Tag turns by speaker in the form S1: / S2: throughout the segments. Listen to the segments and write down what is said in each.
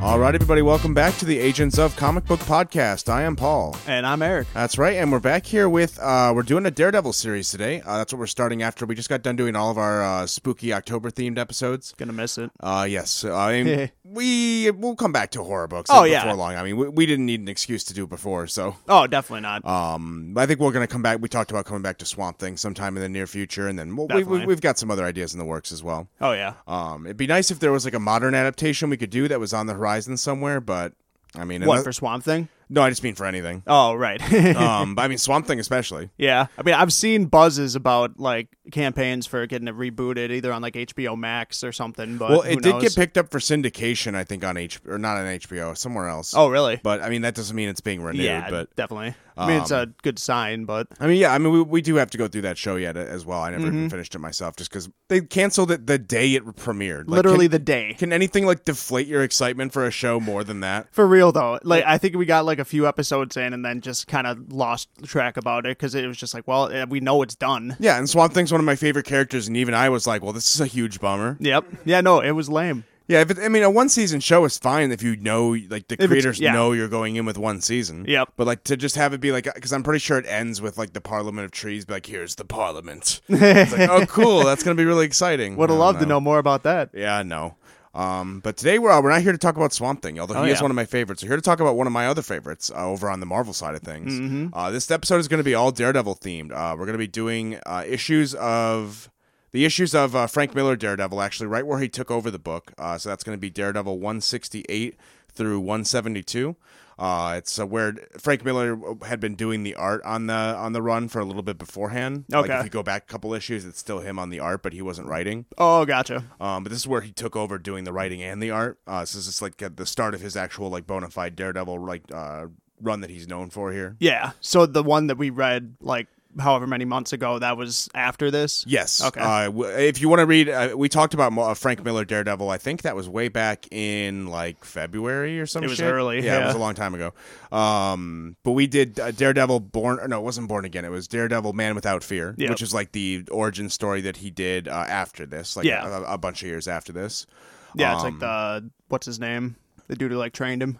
S1: All right, everybody, welcome back to the Agents of Comic Book Podcast. I am Paul.
S2: And I'm Eric.
S1: That's right, and we're back here with uh, we're doing a Daredevil series today. Uh, that's what we're starting after. We just got done doing all of our uh, spooky October themed episodes.
S2: Gonna miss it.
S1: Uh, yes, I mean, we we'll come back to horror books.
S2: Oh,
S1: before
S2: yeah.
S1: long. I mean, we, we didn't need an excuse to do it before, so
S2: Oh, definitely not.
S1: um, I think we're gonna come back. We talked about coming back to Swamp Thing sometime in the near future, and then we'll, we, we,
S2: Definitely.
S1: we've got some other ideas in the works as well.
S2: oh yeah.
S1: Um, it'd be nice if there was like a modern adaptation we could do that was on the horizon somewhere, but I mean,
S2: What
S1: unless-
S2: for Swamp Thing?
S1: no, I just mean for anything.
S2: Oh right.
S1: Um, but I mean Swamp Thing especially.
S2: yeah. I mean, I've seen buzzes about like campaigns for getting it rebooted, either on like HBO Max or something. But
S1: Well,
S2: who
S1: it did
S2: knows?
S1: get picked up for syndication, I think, on H or not on HBO, somewhere else.
S2: Oh really?
S1: but I mean that doesn't mean it's being renewed.
S2: yeah,
S1: but um,
S2: definitely. I mean, it's a good sign, but
S1: I mean, yeah, I mean we, we do have to go through that show yet uh, as well. I never
S2: Mm-hmm.
S1: even finished it myself, just because they canceled it the day it premiered. Like,
S2: literally
S1: can,
S2: the day.
S1: can anything like deflate your excitement for a show more than that?
S2: For real though, like I think we got like a few episodes in and then just kind of lost track about it because it was just like, well, eh, we know it's done.
S1: Yeah, and Swamp Thing's one of my favorite characters, and even I was like, well, this is a huge bummer.
S2: Yep. Yeah. No, it was lame.
S1: Yeah, if it, I mean, a one season show is fine if you know, like, the
S2: it's-
S1: creators
S2: yeah.
S1: know you're going in with one season.
S2: Yep.
S1: But, like, to just have it be like, because I'm pretty sure it ends with, like, the Parliament of Trees, be like, here's the Parliament. it's like, oh, cool. That's going to be really exciting.
S2: Would
S1: I
S2: have
S1: don't
S2: loved to know more about that.
S1: Yeah, no. Um, but today we're, we're not here to talk about Swamp Thing, although he is
S2: Oh, yeah.
S1: one of my favorites. We're here to talk about one of my other favorites uh, over on the Marvel side of things.
S2: Mm-hmm.
S1: Uh, this episode is going to be all Daredevil themed. Uh, we're going to be doing uh, issues of the issues of uh, Frank Miller Daredevil, actually, right where he took over the book. Uh, so that's going to be Daredevil 168 through 172. Uh, it's uh, where Frank Miller uh, had been doing the art on the on the run for a little bit beforehand. Like
S2: Okay.
S1: if you go back a couple issues, it's still him on the art, but he wasn't writing.
S2: Oh, gotcha.
S1: Um, but this is where he took over doing the writing and the art. Uh, so this is like at the start of his actual like bona fide Daredevil like uh, run that he's known for here.
S2: Yeah. So the one that we read like however many months ago, that was after this.
S1: Yes.
S2: Okay.
S1: Uh, w- if you want to read, uh, we talked about Mo- uh, Frank Miller Daredevil. I think that was way back in like February or some
S2: It was
S1: shit.
S2: early,
S1: Yeah, it
S2: yeah.
S1: was a long time ago. Um, but we did uh, Daredevil Born. or No, it wasn't Born Again. It was Daredevil Man Without Fear,
S2: Yep.
S1: which is like the origin story that he did uh, after this, like
S2: Yeah.
S1: a, a bunch of years after this.
S2: Yeah. It's like
S1: Um,
S2: the what's his name, the dude who like trained him.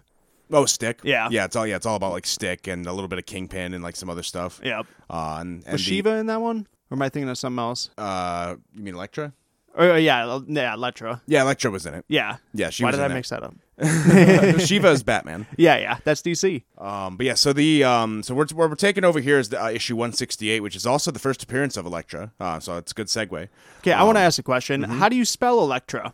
S1: Oh, Stick.
S2: Yeah.
S1: yeah. It's all yeah. It's all about like Stick and a little bit of Kingpin and like some other stuff.
S2: Yeah.
S1: Uh, and, and
S2: Was
S1: the-
S2: Shiva in that one? Or am I thinking of something else?
S1: uh, you mean Electra?
S2: Or, uh, yeah, uh, yeah, Electra.
S1: Yeah, Electra was in it.
S2: Yeah.
S1: Yeah, she
S2: Why
S1: was
S2: did
S1: in
S2: I
S1: there.
S2: mix that up?
S1: Shiva is Batman.
S2: Yeah, yeah, that's DC.
S1: Um, but yeah, so the um, so we're, what we're taking over here is the, uh, issue 168, which is also the first appearance of Electra. Uh, so it's a good segue.
S2: Okay, I want
S1: Um,
S2: to ask a question.
S1: mm-hmm.
S2: How do you spell Electra?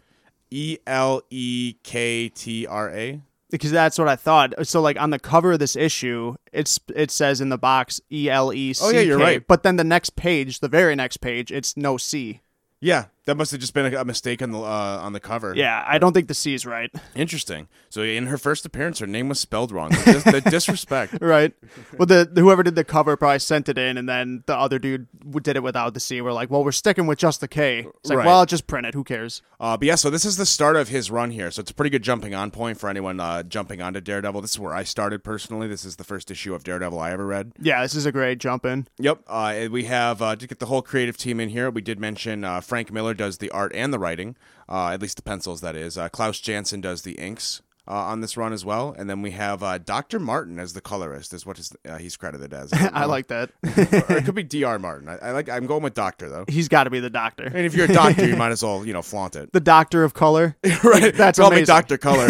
S1: E L E K T R A.
S2: Because that's what I thought. So, like on the cover of this issue, it's it says in the box E L E C K.
S1: Oh, yeah, you're right.
S2: But then the next page, the very next page, it's no C.
S1: Yeah, that must have just been a, a mistake on the uh, on the cover.
S2: Yeah, I don't think the C is right.
S1: interesting. So in her first appearance, her name was spelled wrong. The, dis- the disrespect.
S2: Right. Well, the whoever did the cover probably sent it in, and then the other dude w- did it without the C. We're like, well, we're sticking with just the K. It's like,
S1: Right.
S2: well, I'll just print it. Who cares?
S1: Uh, but yeah, so this is the start of his run here. So it's a pretty good jumping on point for anyone uh, jumping onto Daredevil. This is where I started personally. This is the first issue of Daredevil I ever read.
S2: Yeah, this is a great jump in.
S1: Yep. Uh, and we have uh, to get the whole creative team in here. We did mention uh, Frank Miller does the art and the writing, uh, at least the pencils, that is. Uh, Klaus Janson does the inks. Uh, on this run as well, and then we have uh, Doctor Martin as the colorist, is what his, uh, he's credited as.
S2: I like that.
S1: or it could be Dr. Martin. I, I like. I'm going with Doctor though.
S2: He's got to be the doctor.
S1: And if you're a doctor, you might as well you know flaunt it.
S2: The doctor of color.
S1: right.
S2: That's
S1: Call me
S2: amazing.
S1: Doctor Color.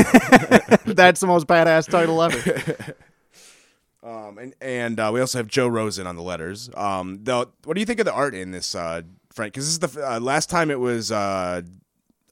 S2: That's the most badass title ever.
S1: Um, and and uh, we also have Joe Rosen on the letters. Um, though, what do you think of the art in this, uh, Frank? Because this is the f- uh, last time it was uh,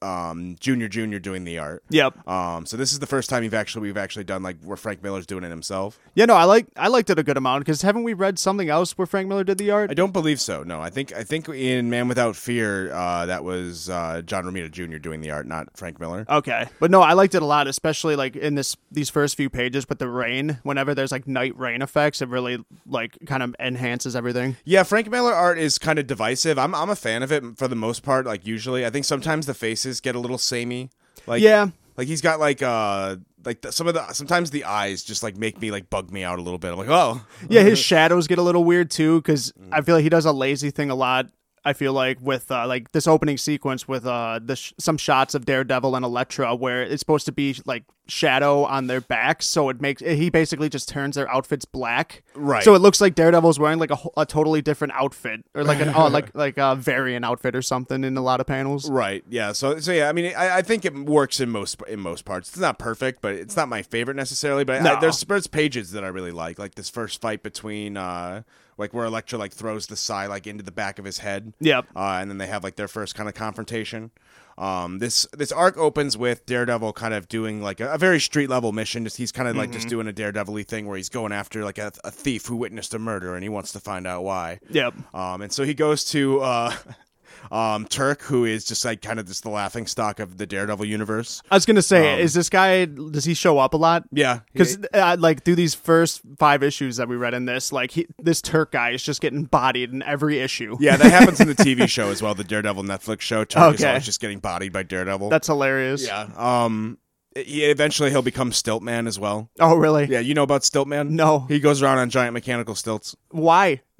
S1: um, Junior Junior doing the art.
S2: Yep.
S1: Um, so this is the first time you've actually we've actually done like where Frank Miller's doing it himself.
S2: Yeah, no, I like I liked it a good amount because haven't we read something else where Frank Miller did the art?
S1: I don't believe so. No, I think I think in Man Without Fear uh, that was uh, John Romita Jr. doing the art, not Frank Miller.
S2: Okay, but no, I liked it a lot, especially like in this these first few pages with the rain. Whenever there's like night rain effects, it really like kind of enhances everything.
S1: Yeah, Frank Miller art is kind of divisive. I'm I'm a fan of it for the most part. Like usually, I think sometimes the faces get a little samey. Like
S2: yeah,
S1: Like he's got like uh like the, some of the sometimes the eyes just like make me like bug me out a little bit. I'm like, oh Mm.
S2: yeah, his shadows get a little weird too because I feel like he does a lazy thing a lot. I feel like with uh, like this opening sequence with uh the sh- some shots of Daredevil and Elektra where it's supposed to be like shadow on their backs, so it makes he basically just turns their outfits black.
S1: Right.
S2: So it looks like Daredevil's wearing like a, ho- a totally different outfit or like an oh, like like a variant outfit or something in a lot of panels.
S1: Right. Yeah. So so yeah. I mean, I, I think it works in most in most parts. It's not perfect, but it's not my favorite necessarily. But I,
S2: No.
S1: there's there's pages that I really like, like this first fight between uh like where Electra like throws the Psy like into the back of his head.
S2: Yep.
S1: Uh, and then they have like their first kind of confrontation. Um, this this arc opens with Daredevil kind of doing like a, a very street level mission. Just he's kind of like
S2: Mm-hmm.
S1: just doing a daredevil thing where he's going after like a, a thief who witnessed a murder and he wants to find out why.
S2: Yep.
S1: Um, and so he goes to uh, um, Turk, who is just like kind of just the laughing stock of the Daredevil universe.
S2: I was gonna say,
S1: Um,
S2: is this guy? Does he show up a lot?
S1: Yeah,
S2: Because uh, like through these first five issues that we read in this, like he, this Turk guy is just getting bodied in every issue.
S1: yeah, that happens in the TV show as well, the Daredevil Netflix show. Turk is
S2: Okay.
S1: always just getting bodied by Daredevil.
S2: that's hilarious.
S1: yeah. Um, he eventually he'll become Stiltman as well.
S2: Oh really?
S1: Yeah, you know about Stiltman?
S2: No.
S1: he goes around on giant mechanical stilts.
S2: Why?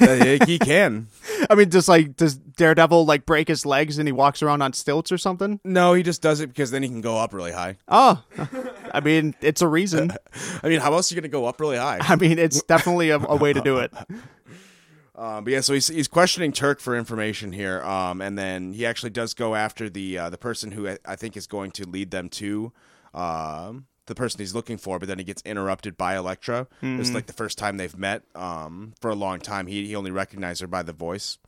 S1: Uh, he can.
S2: I mean, does like does Daredevil like break his legs and he walks around on stilts or something?
S1: No, he just does it because then he can go up really high.
S2: Oh, I mean, it's a reason.
S1: I mean, how else are you going to go up really high?
S2: I mean, it's definitely a, a way to do it.
S1: Um, but yeah, so he's, he's questioning Turk for information here, um, and then he actually does go after the uh, the person who I, I think is going to lead them to um the person he's looking for. But then he gets interrupted by Elektra. It's like the first time they've met um, for a long time. He he only recognized her by the voice.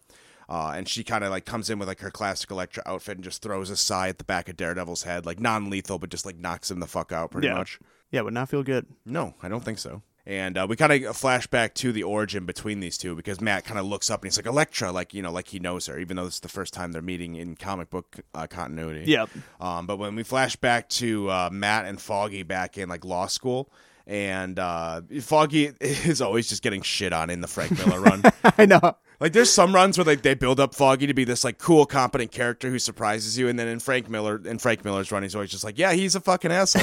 S1: Uh, and she kind of like comes in with like her classic Elektra outfit and just throws a sigh at the back of Daredevil's head, like non-lethal, but just like knocks him the fuck out pretty
S2: Yeah.
S1: much.
S2: Yeah, it would not feel good.
S1: No, I don't think so. And uh, we kind of flash back to the origin between these two because Matt kind of looks up and he's like Electra, like you know, like he knows her, even though this is the first time they're meeting in comic book uh, continuity.
S2: Yep.
S1: Um, but when we flash back to uh, Matt and Foggy back in like law school, and uh, Foggy is always just getting shit on in the Frank Miller run.
S2: I know.
S1: Like there's some runs where like they build up Foggy to be this like cool, competent character who surprises you, and then in Frank Miller, in Frank Miller's run, he's always just like, yeah, he's a fucking asshole.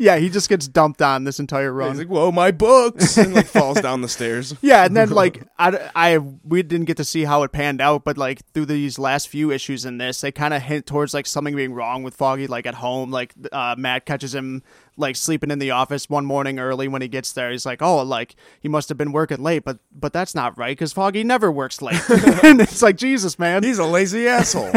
S2: Yeah, he just gets dumped on this entire run.
S1: He's like, "Whoa, my books!" and like falls down the stairs.
S2: Yeah, and then like I, I we didn't get to see how it panned out, but like through these last few issues in this, they kind of hint towards like something being wrong with Foggy, like at home. Like uh, Matt catches him like sleeping in the office one morning early when he gets there. He's like, "Oh, like he must have been working late," but but that's not right because Foggy never works late. and it's like Jesus, man.
S1: He's a lazy asshole.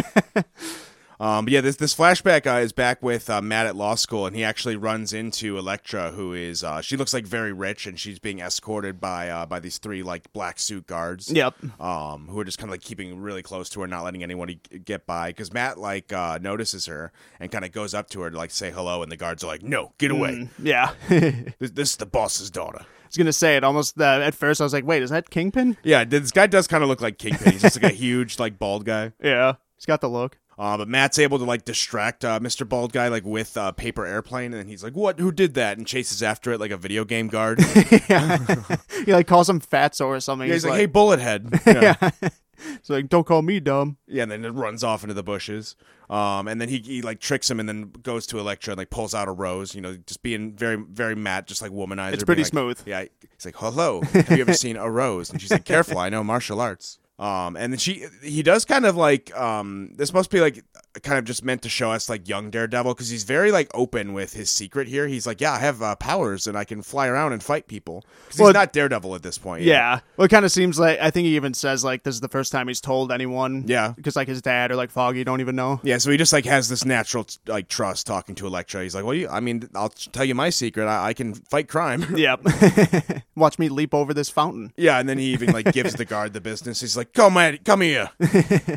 S1: um, but yeah, this this flashback uh, is back with uh, Matt at law school, and he actually runs into Electra, who is uh, she looks like very rich, and she's being escorted by uh, by these three like black suit guards.
S2: Yep.
S1: Um, who are just kind of like keeping really close to her, not letting anyone e- get by. Because Matt like uh, notices her and kind of goes up to her to like say hello, and the guards are like, "No, get away!
S2: Yeah, I
S1: This, this is the boss's daughter."
S2: was gonna say it almost. Uh, at first, I was like, "Wait, is that Kingpin?"
S1: Yeah, this guy does kind of look like Kingpin. He's just like a huge, like bald guy.
S2: Yeah, he's got the look.
S1: Uh, but Matt's able to like distract uh, Mr. Bald Guy like with uh, paper airplane, and then he's like, "What? Who did that?" and chases after it like a video game guard. Yeah,
S2: He like calls him Fatso or something.
S1: he's like, "Hey, Bullethead!" Yeah.
S2: like, "Hey, he's like, don't call me dumb."
S1: yeah, and then it runs off into the bushes. Um, and then he, he like tricks him, and then goes to Electra and like pulls out a rose. You know, just being very very Matt, just like womanizer.
S2: It's
S1: being
S2: pretty
S1: like-
S2: smooth.
S1: Yeah, he's like, "Hello, have you ever seen a rose?" And she's like, "Careful, I know martial arts." Um, and then she he does kind of like um, this must be like kind of just meant to show us like young Daredevil because he's very like open with his secret here. He's like, "Yeah, I have uh, powers and I can fly around and fight people." 'Cause
S2: Well,
S1: he's not Daredevil at this point. you know?
S2: Yeah. Well, it kind of seems like I think he even says like this is the first time he's told anyone.
S1: Yeah.
S2: Because like his dad or like Foggy don't even know.
S1: Yeah, so he just like has this natural t- like trust talking to Elektra. He's like, "Well, you, I mean, I'll t- tell you my secret. I, I can fight crime."
S2: Yep. Watch me leap over this fountain.
S1: yeah, and then he even like gives the guard the business. He's like, "Come at, come here,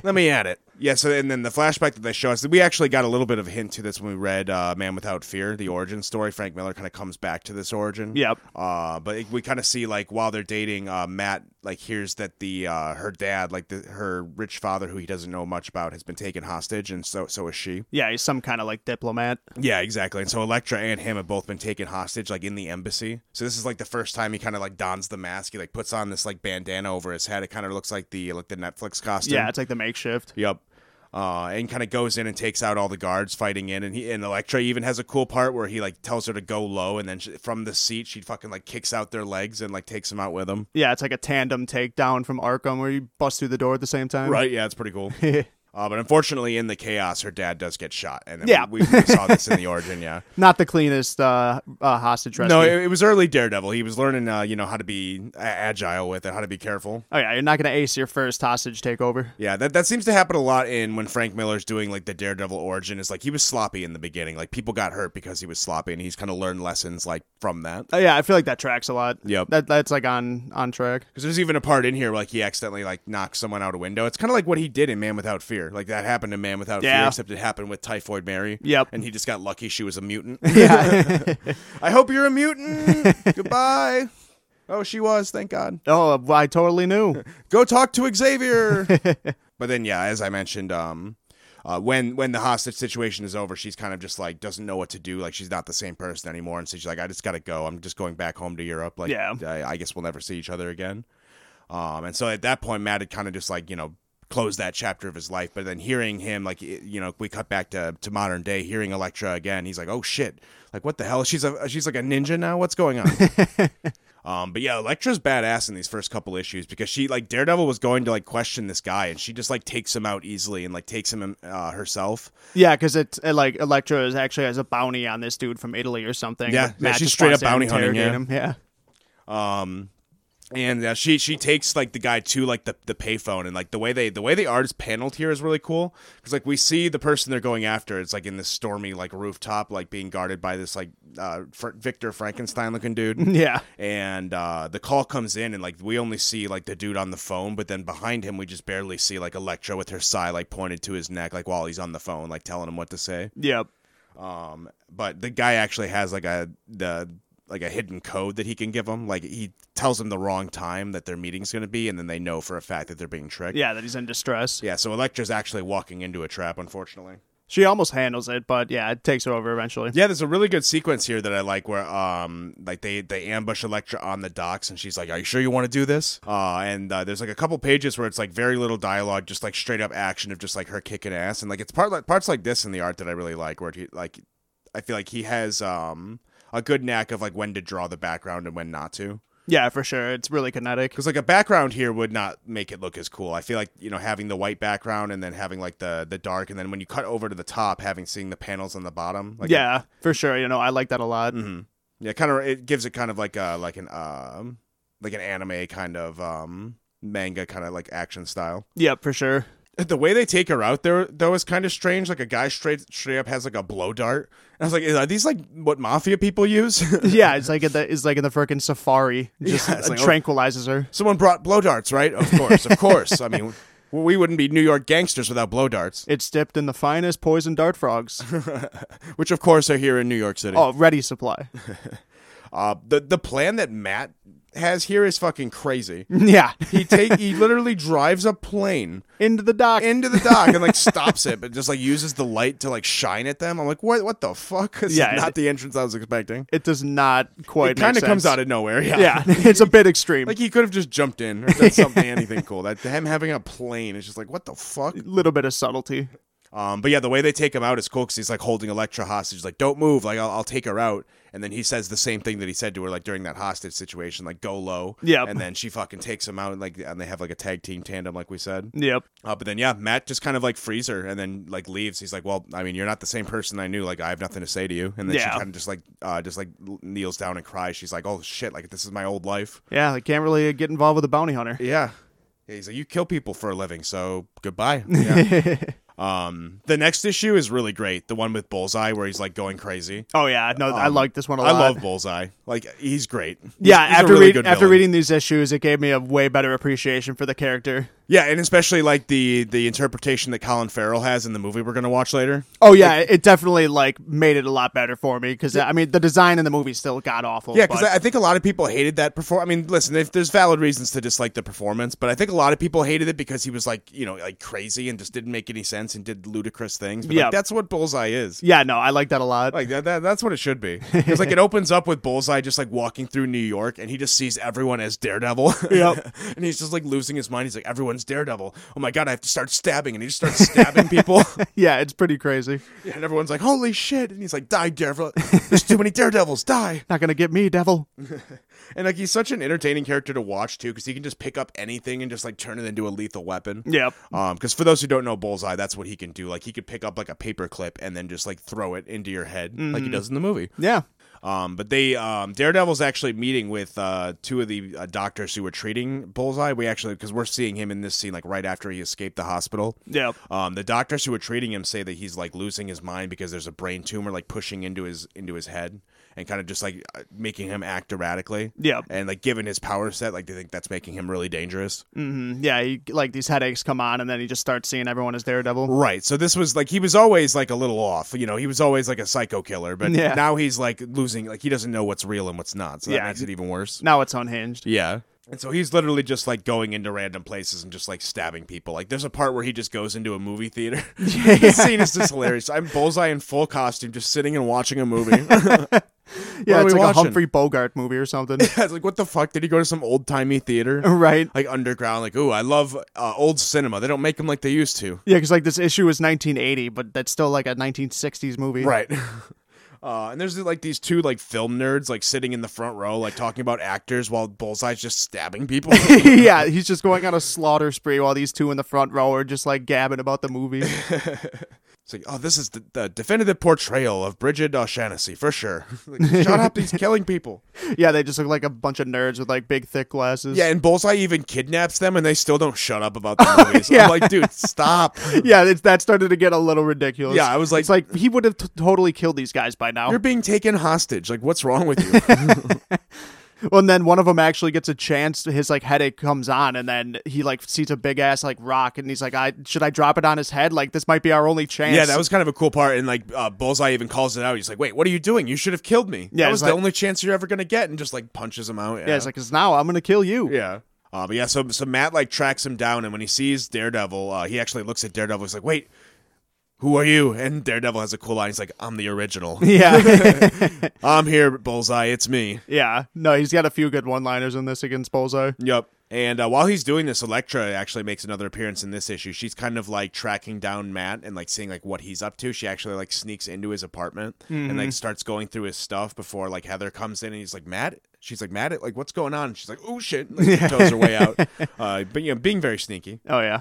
S1: let me at it." Yeah, so and then the flashback that they show us, we actually got a little bit of a hint to this when we read uh, "Man Without Fear," the origin story. Frank Miller kind of comes back to this origin.
S2: Yep.
S1: Uh, but it- we kind of see like while they're dating, uh, Matt like hears that the uh, her dad, like the, her rich father, who he doesn't know much about, has been taken hostage, and so so is she.
S2: Yeah, he's some kind of like diplomat.
S1: Yeah, exactly. And so Elektra and him have both been taken hostage, like in the embassy. So this is like the first time he kind of like dons the mask. He like puts on this like bandana over his head. It kind of looks like the like the Netflix costume.
S2: Yeah, it's like the makeshift.
S1: Yep. uh, and kind of goes in and takes out all the guards fighting in. And he and Elektra even has a cool part where he like tells her to go low, and then she, from the seat she fucking like kicks out their legs and like takes them out with him.
S2: Yeah, it's like a tandem takedown from Arkham where you bust through the door at the same time.
S1: Right? Yeah, it's pretty cool. Uh, but unfortunately, in the chaos, her dad does get shot, and then
S2: Yeah.
S1: we, we saw this in the origin. Yeah,
S2: Not the cleanest uh, uh, hostage rescue.
S1: no, it, it was early Daredevil. He was learning, uh, you know, how to be a- agile with it, how to be careful.
S2: oh yeah, you're not gonna ace your first hostage takeover.
S1: Yeah, that, that seems to happen a lot in when Frank Miller's doing like the Daredevil origin. Is like he was sloppy in the beginning. Like people got hurt because he was sloppy, and he's kind of learned lessons like from that.
S2: Oh, yeah, I feel like that tracks a lot.
S1: Yep.
S2: that that's like on on track.
S1: Because there's even a part in here where, like he accidentally like knocks someone out a window. It's kind of like what he did in Man Without Fear. Like that happened in Man Without Fear,
S2: Yeah.
S1: except it happened with Typhoid Mary.
S2: Yep.
S1: and he just got lucky she was a mutant.
S2: Yeah.
S1: I hope you're a mutant. Goodbye. Oh, she was. Thank God.
S2: oh, I totally knew.
S1: go talk to Xavier. but then, yeah, as I mentioned, um, uh, when when the hostage situation is over, she's kind of just like doesn't know what to do. Like she's not the same person anymore, and so she's like, "I just gotta go. I'm just going back home to Europe. Like,
S2: Yeah.
S1: I, I guess we'll never see each other again." Um, and so at that point, Matt had kind of just like you know closed that chapter of his life. But then hearing him, like it- you know, we cut back to to modern day, hearing Elektra again, he's like, "Oh shit! Like what the hell? She's a she's like a ninja now. What's going on?" Um, but yeah, Elektra's badass in these first couple issues because she like Daredevil was going to like question this guy, and she just like takes him out easily and like takes him uh, herself.
S2: Yeah, because it, it like Elektra is actually has a bounty on this dude from Italy or something.
S1: Yeah,
S2: Matt
S1: yeah, she's
S2: just
S1: straight
S2: wants
S1: up
S2: to
S1: bounty hunting,
S2: interrogate
S1: yeah.
S2: Him. yeah.
S1: And uh, she she takes like the guy to like the the payphone, and like the way they the way the art is paneled here is really cool because like we see the person they're going after. It's like in this stormy like rooftop, like being guarded by this like uh, Fr- Victor Frankenstein looking dude.
S2: Yeah.
S1: and uh, the call comes in and like we only see like the dude on the phone but then behind him we just barely see like Elektra with her sigh like pointed to his neck like while he's on the phone like telling him what to say
S2: Yep.
S1: um but the guy actually has like a the like a hidden code that he can give him like he tells him the wrong time that their meeting's going to be and then they know for a fact that they're being tricked
S2: Yeah, that he's in distress.
S1: yeah so Elektra's actually walking into a trap unfortunately
S2: She almost handles it, but yeah, it takes her over eventually.
S1: Yeah, there's a really good sequence here that I like where um like they they ambush Elektra on the docks and she's like, "Are you sure you want to do this?" Uh and uh, there's like a couple pages where it's like very little dialogue, just like straight up action of just like her kicking ass and like it's part like parts like this in the art that I really like where he like I feel like he has um a good knack of like when to draw the background and when not to.
S2: Yeah, for sure. It's really kinetic.
S1: Because like a background here would not make it look as cool. I feel like you know having the white background and then having like the the dark and then when you cut over to the top, having seeing the panels on the bottom. Like Mm-hmm.
S2: yeah, for sure. You know, I like that a lot.
S1: Yeah, kind of. It gives it kind of like a like an um like an anime kind of um manga kind of like action style.
S2: Yep, for sure.
S1: The way they take her out there though is kind of strange. Like a guy straight straight up has like a blow dart. And I was like, are these like what mafia people use?
S2: Yeah, it's like in the it's like in the freaking safari. Just
S1: Yeah, it's
S2: uh,
S1: like, oh.
S2: tranquilizes her.
S1: Someone brought blow darts, right? Of course, of course. I mean, we wouldn't be New York gangsters without blow darts,
S2: It's dipped in the finest poison dart frogs.
S1: which of course are here in New York City.
S2: oh, ready supply.
S1: Uh, the the plan that Matt has here is fucking crazy.
S2: yeah,
S1: He take he literally drives a plane
S2: into the dock.
S1: into the dock and like stops it, but just like uses the light to like shine at them. I'm like, what? What the fuck? This
S2: Yeah,
S1: is
S2: it-
S1: not the entrance I was expecting.
S2: it does not quite.
S1: It kind of
S2: make
S1: comes
S2: sense.
S1: out of nowhere. Yeah.
S2: Yeah, it's a bit extreme.
S1: Like he could have just jumped in or done something, anything cool. That him having a plane is just like, what the fuck?
S2: little bit of subtlety.
S1: Um, but yeah, the way they take him out is cool because he's like holding Elektra hostage, like don't move, like I'll, I'll take her out. And then he says the same thing that he said to her like during that hostage situation, like go low.
S2: Yep.
S1: And then she fucking takes him out, and like and they have like a tag team tandem, like we said.
S2: Yep.
S1: Uh, but then yeah, Matt just kind of like frees her and then like leaves. He's like, "Well, I mean, you're not the same person I knew. Like, I have nothing to say to you." And then
S2: Yeah.
S1: she kind of just like, uh, just like kneels down and cries. She's like, "Oh shit! Like this is my old life."
S2: Yeah, they can't really get involved with a bounty hunter.
S1: Yeah. yeah he's like, "You kill people for a living, so goodbye." Yeah. um, the next issue is really great. The one with Bullseye where he's like going crazy.
S2: Oh yeah, no, I like this one a
S1: I
S2: lot.
S1: love Bullseye. Like he's great. He's-
S2: Yeah,
S1: he's a
S2: after
S1: really
S2: read,
S1: good
S2: after
S1: villain.
S2: reading these issues, it gave me a way better appreciation for the character.
S1: Yeah, and especially like the the interpretation that Colin Farrell has in the movie we're gonna watch later.
S2: Oh yeah, it definitely like made it a lot better for me because I mean the design in the movie still got awful.
S1: Yeah, because
S2: but-
S1: I I think a lot of people hated that perform. I mean, listen, if there's valid reasons to dislike the performance, but I think a lot of people hated it because he was like, you know, like crazy and just didn't make any sense and did ludicrous things. But like,
S2: Yeah.
S1: that's what Bullseye is.
S2: yeah, no, I like that a lot.
S1: Like that, that that's what it should be. It's like it opens up with Bullseye just like walking through New York and he just sees everyone as Daredevil.
S2: Yep.
S1: and he's just like losing his mind. He's like, everyone everyone's Daredevil. Oh my god, I have to start stabbing, and he just starts stabbing people.
S2: yeah, it's pretty crazy.
S1: and everyone's like, holy shit! And he's like, die, Daredevil. There's too many Daredevils. Die.
S2: Not gonna get me, devil.
S1: And like he's such an entertaining character to watch too, because he can just pick up anything and just like turn it into a lethal weapon.
S2: Yep.
S1: Um, because for those who don't know Bullseye, that's what he can do. Like he could pick up like a paper clip and then just like throw it into your head, like he does in the movie.
S2: Yeah.
S1: Um, but they um, Daredevil's actually meeting with uh, two of the uh, doctors who were treating Bullseye. We actually because we're seeing him in this scene like right after he escaped the hospital.
S2: Yep.
S1: Um, the doctors who were treating him say that he's like losing his mind because there's a brain tumor like pushing into his into his head and kind of just like uh, making him act erratically.
S2: Yep.
S1: And like given his power set, like they think that's making him really dangerous.
S2: hmm Yeah. He, like these headaches come on, and then he just starts seeing everyone as Daredevil.
S1: Right. So this was like he was always like a little off. You know, he was always like a psycho killer, but
S2: Yeah.
S1: now he's like losing like he doesn't know what's real and what's not. So that
S2: Yeah.
S1: makes it even worse.
S2: Now it's unhinged.
S1: Yeah. And so he's literally just like going into random places and just like stabbing people. Like there's a part where he just goes into a movie theater. the scene is just hilarious. I'm Bullseye in full costume, just sitting and watching a movie.
S2: Yeah,
S1: are
S2: it's
S1: we
S2: like a
S1: watching?
S2: Humphrey Bogart movie or something.
S1: it's like, what the fuck? Did he go to some old timey theater?
S2: right.
S1: Like underground, like ooh, I love uh, old cinema. They don't make them like they used to.
S2: Yeah, because like this issue was 1980, but that's still like a 1960s movie.
S1: Right. Uh, and there's like these two like film nerds like sitting in the front row like talking about actors while Bullseye's just stabbing people.
S2: yeah, he's just going on a slaughter spree while these two in the front row are just like gabbing about the movie.
S1: It's like, oh, this is the, the definitive portrayal of Bridget O'Shaughnessy for sure. like, shut up, he's killing people.
S2: yeah, they just look like a bunch of nerds with like big thick glasses.
S1: Yeah, and Bullseye even kidnaps them, and they still don't shut up about the movies.
S2: yeah.
S1: I'm like, dude, stop.
S2: yeah, it's, that started to get a little ridiculous.
S1: Yeah, I was like-
S2: it's like he would have t- totally killed these guys by now.
S1: You're being taken hostage. Like, what's wrong with you?
S2: Well, and then one of them actually gets a chance. His like headache comes on, and then he like sees a big ass like rock, and he's like, "I should I drop it on his head? Like this might be our only chance."
S1: yeah, that was kind of a cool part. And like, uh, Bullseye even calls it out. He's like, wait, what are you doing? You should have killed me. that
S2: Yeah, it's
S1: was
S2: like-
S1: the only chance you're ever gonna get, and just like punches him out. Yeah,
S2: Yeah, it's like, "Cause now I'm gonna kill you."
S1: yeah. Uh, but yeah, so so Matt like tracks him down, and when he sees Daredevil, uh, he actually looks at Daredevil. He's like, wait. Who are you? And Daredevil has a cool line. He's like, "I'm the original."
S2: Yeah,
S1: I'm here, Bullseye. It's me.
S2: yeah. No, he's got a few good one-liners in this against Bullseye.
S1: Yep. And uh, while he's doing this, Elektra actually makes another appearance in this issue. She's kind of like tracking down Matt and like seeing like what he's up to. She actually like sneaks into his apartment and like starts going through his stuff before like Heather comes in and he's like, Matt. She's like, Matt, like what's going on? And she's like, oh shit, and, like, toes her way out. Uh, but you know, being very sneaky.
S2: Oh yeah,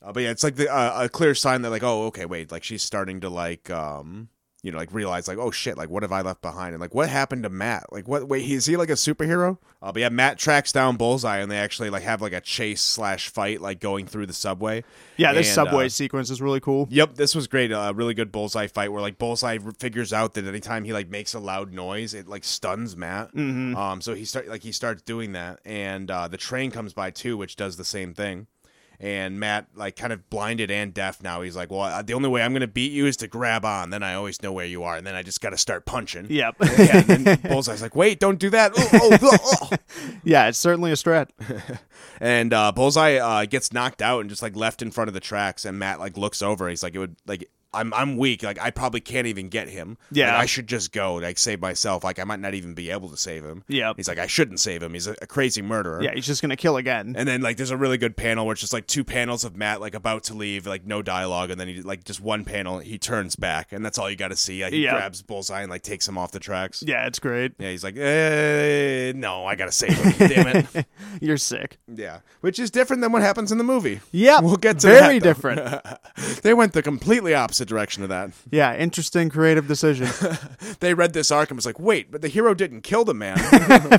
S1: Uh, but yeah, it's like the, uh, a clear sign that like, oh, okay, wait, like she's starting to like, um, you know, like realize like, oh shit, like what have I left behind, and like what happened to Matt? Like, what? Wait, is he like a superhero? Uh, but yeah, Matt tracks down Bullseye, and they actually like have like a chase slash fight, like going through the subway.
S2: yeah. This
S1: And, uh,
S2: subway sequence is really cool.
S1: Yep, this was great. A really good bullseye fight where like bullseye r- figures out that anytime he like makes a loud noise, it like stuns Matt. Mm-hmm. Um, so he start like he starts doing that, and uh, the train comes by too, which does the same thing. And Matt like kind of blinded and deaf now. He's like, well, I- the only way I'm gonna beat you is to grab on. Then I always know where you are, and then I just gotta start punching.
S2: Yep.
S1: Yeah, and then Bullseye's like, wait, don't do that. Oh, oh, oh, oh.
S2: yeah, it's certainly a strat.
S1: And uh, Bullseye uh, gets knocked out and just like left in front of the tracks. And Matt like looks over. And he's like, it would like I'm I'm weak. Like I probably can't even get him.
S2: Yeah.
S1: Like, I should just go like save myself. Like I might not even be able to save him.
S2: Yep.
S1: He's like I shouldn't save him. He's a, a crazy murderer.
S2: Yeah, he's just gonna kill again.
S1: And then like there's a really good panel where it's just like two panels of Matt like about to leave, like no dialogue, and then he like just one panel. He turns back, and that's all you got to see. Like, he
S2: Yeah.
S1: grabs Bullseye and like takes him off the tracks.
S2: yeah, it's great.
S1: Yeah, he's like, eh, no, I gotta save him. Damn it.
S2: You're sick.
S1: Yeah, which is different than what happens in the movie.
S2: Yeah,
S1: we'll get to
S2: very
S1: that, though.
S2: different.
S1: They went the completely opposite direction of that.
S2: yeah, interesting creative decision.
S1: They read this arc and was like, "Wait, but the hero didn't kill the man."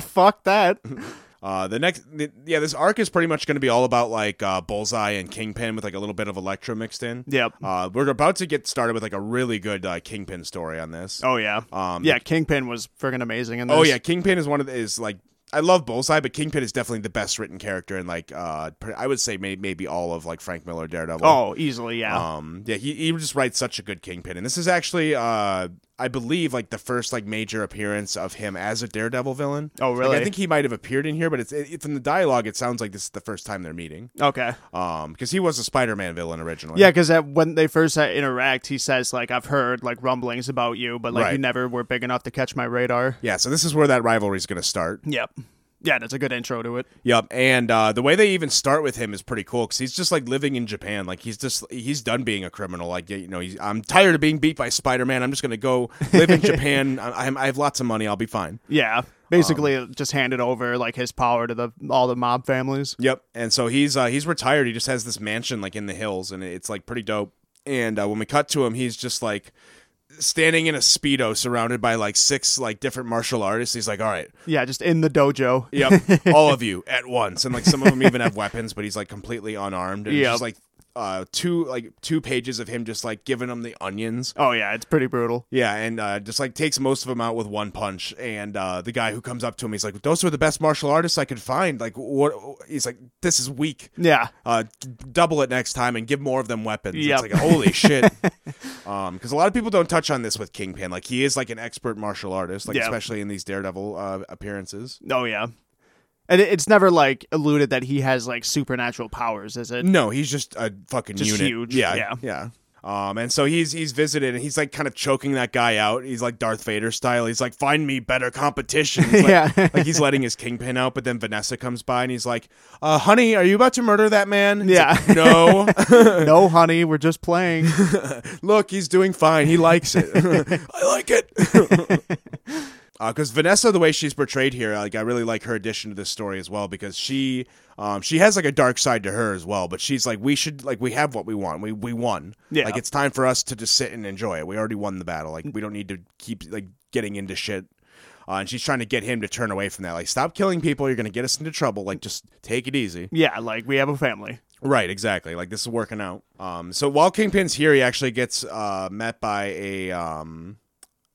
S2: Fuck that.
S1: uh, the next, the, yeah, this arc is pretty much going to be all about like uh, Bullseye and Kingpin with like a little bit of Electro mixed in.
S2: Yep.
S1: Uh, we're about to get started with like a really good uh, Kingpin story on this.
S2: Oh yeah.
S1: Um,
S2: yeah, Kingpin was friggin' amazing in this.
S1: Oh yeah, Kingpin is one of the, is like I love Bullseye, but Kingpin is definitely the best written character in like uh, pr- I would say may- maybe all of like Frank Miller Daredevil.
S2: Oh, easily, yeah.
S1: Um, yeah, he, he just writes such a good kingpin, and this is actually, uh, I believe, like the first like major appearance of him as a Daredevil villain.
S2: Oh,
S1: Like, I
S2: really?
S1: think he might have appeared in here, but it's it, from the dialogue, it sounds like this is the first time they're meeting.
S2: okay.
S1: Um, because he was a Spider-Man villain originally.
S2: Yeah, because when they first uh, interact, he says like, "I've heard like rumblings about you, but like you
S1: Right.
S2: never were big enough to catch my radar."
S1: yeah. So this is where that rivalry is going to start.
S2: Yep. Yeah, that's a good intro to it.
S1: Yep, and uh, the way they even start with him is pretty cool because he's just like living in Japan. Like he's just he's done being a criminal. Like you know, he's, I'm tired of being beat by Spider Man. I'm just gonna go live in Japan. I, I'm, I have lots of money. I'll be fine.
S2: Yeah, basically
S1: Um,
S2: just handed over like his power to the all the mob families.
S1: Yep. And so he's uh, he's retired. He just has this mansion like in the hills, and it's like pretty dope. And uh, when we cut to him, he's just like standing in a speedo, surrounded by like six like different martial artists. He's like, "All right,
S2: Yeah, just in the dojo.
S1: yep, all of you at once." And like some of them even have weapons, but he's like completely unarmed. And it's
S2: Yep.
S1: just like uh, two like two pages of him just like giving them the onions.
S2: Oh yeah, it's pretty brutal.
S1: Yeah, and uh, just like takes most of them out with one punch. And uh, the guy who comes up to him, he's like, "Those were the best martial artists I could find." Like, what? He's like, "This is weak."
S2: Yeah,
S1: uh, d- double it next time and give more of them weapons.
S2: Yep.
S1: It's like holy shit, because a lot of people don't touch on this with Kingpin. Like he is like an expert martial artist, like
S2: Yeah.
S1: especially in these Daredevil uh, appearances.
S2: oh yeah, and it, it's never like alluded that he has like supernatural powers, is it?
S1: No, he's just a fucking
S2: Just
S1: unit.
S2: huge,
S1: Yeah,
S2: yeah.
S1: yeah. Um, and so he's he's visited and he's like kind of choking that guy out. He's like Darth Vader style. He's like, find me better competition. He's like-
S2: Yeah.
S1: like he's letting his kingpin out. But then Vanessa comes by and he's like, uh, honey, are you about to murder that man? He's
S2: Yeah.
S1: like, no.
S2: no, honey, we're just playing.
S1: look, he's doing fine. He likes it. I like it. Because Vanessa, the way she's portrayed here, like I really like her addition to this story as well because she, um, she has like a dark side to her as well. But she's like, we should like we have what we want. We we won.
S2: Yeah.
S1: Like it's time for us to just sit and enjoy it. We already won the battle. Like we don't need to keep like getting into shit. Uh, and she's trying to get him to turn away from that. Like, stop killing people. You're gonna get us into trouble. Like, just take it easy.
S2: yeah, like we have a family.
S1: Right, exactly. Like this is working out. Um, so while Kingpin's here, he actually gets uh, met by a um,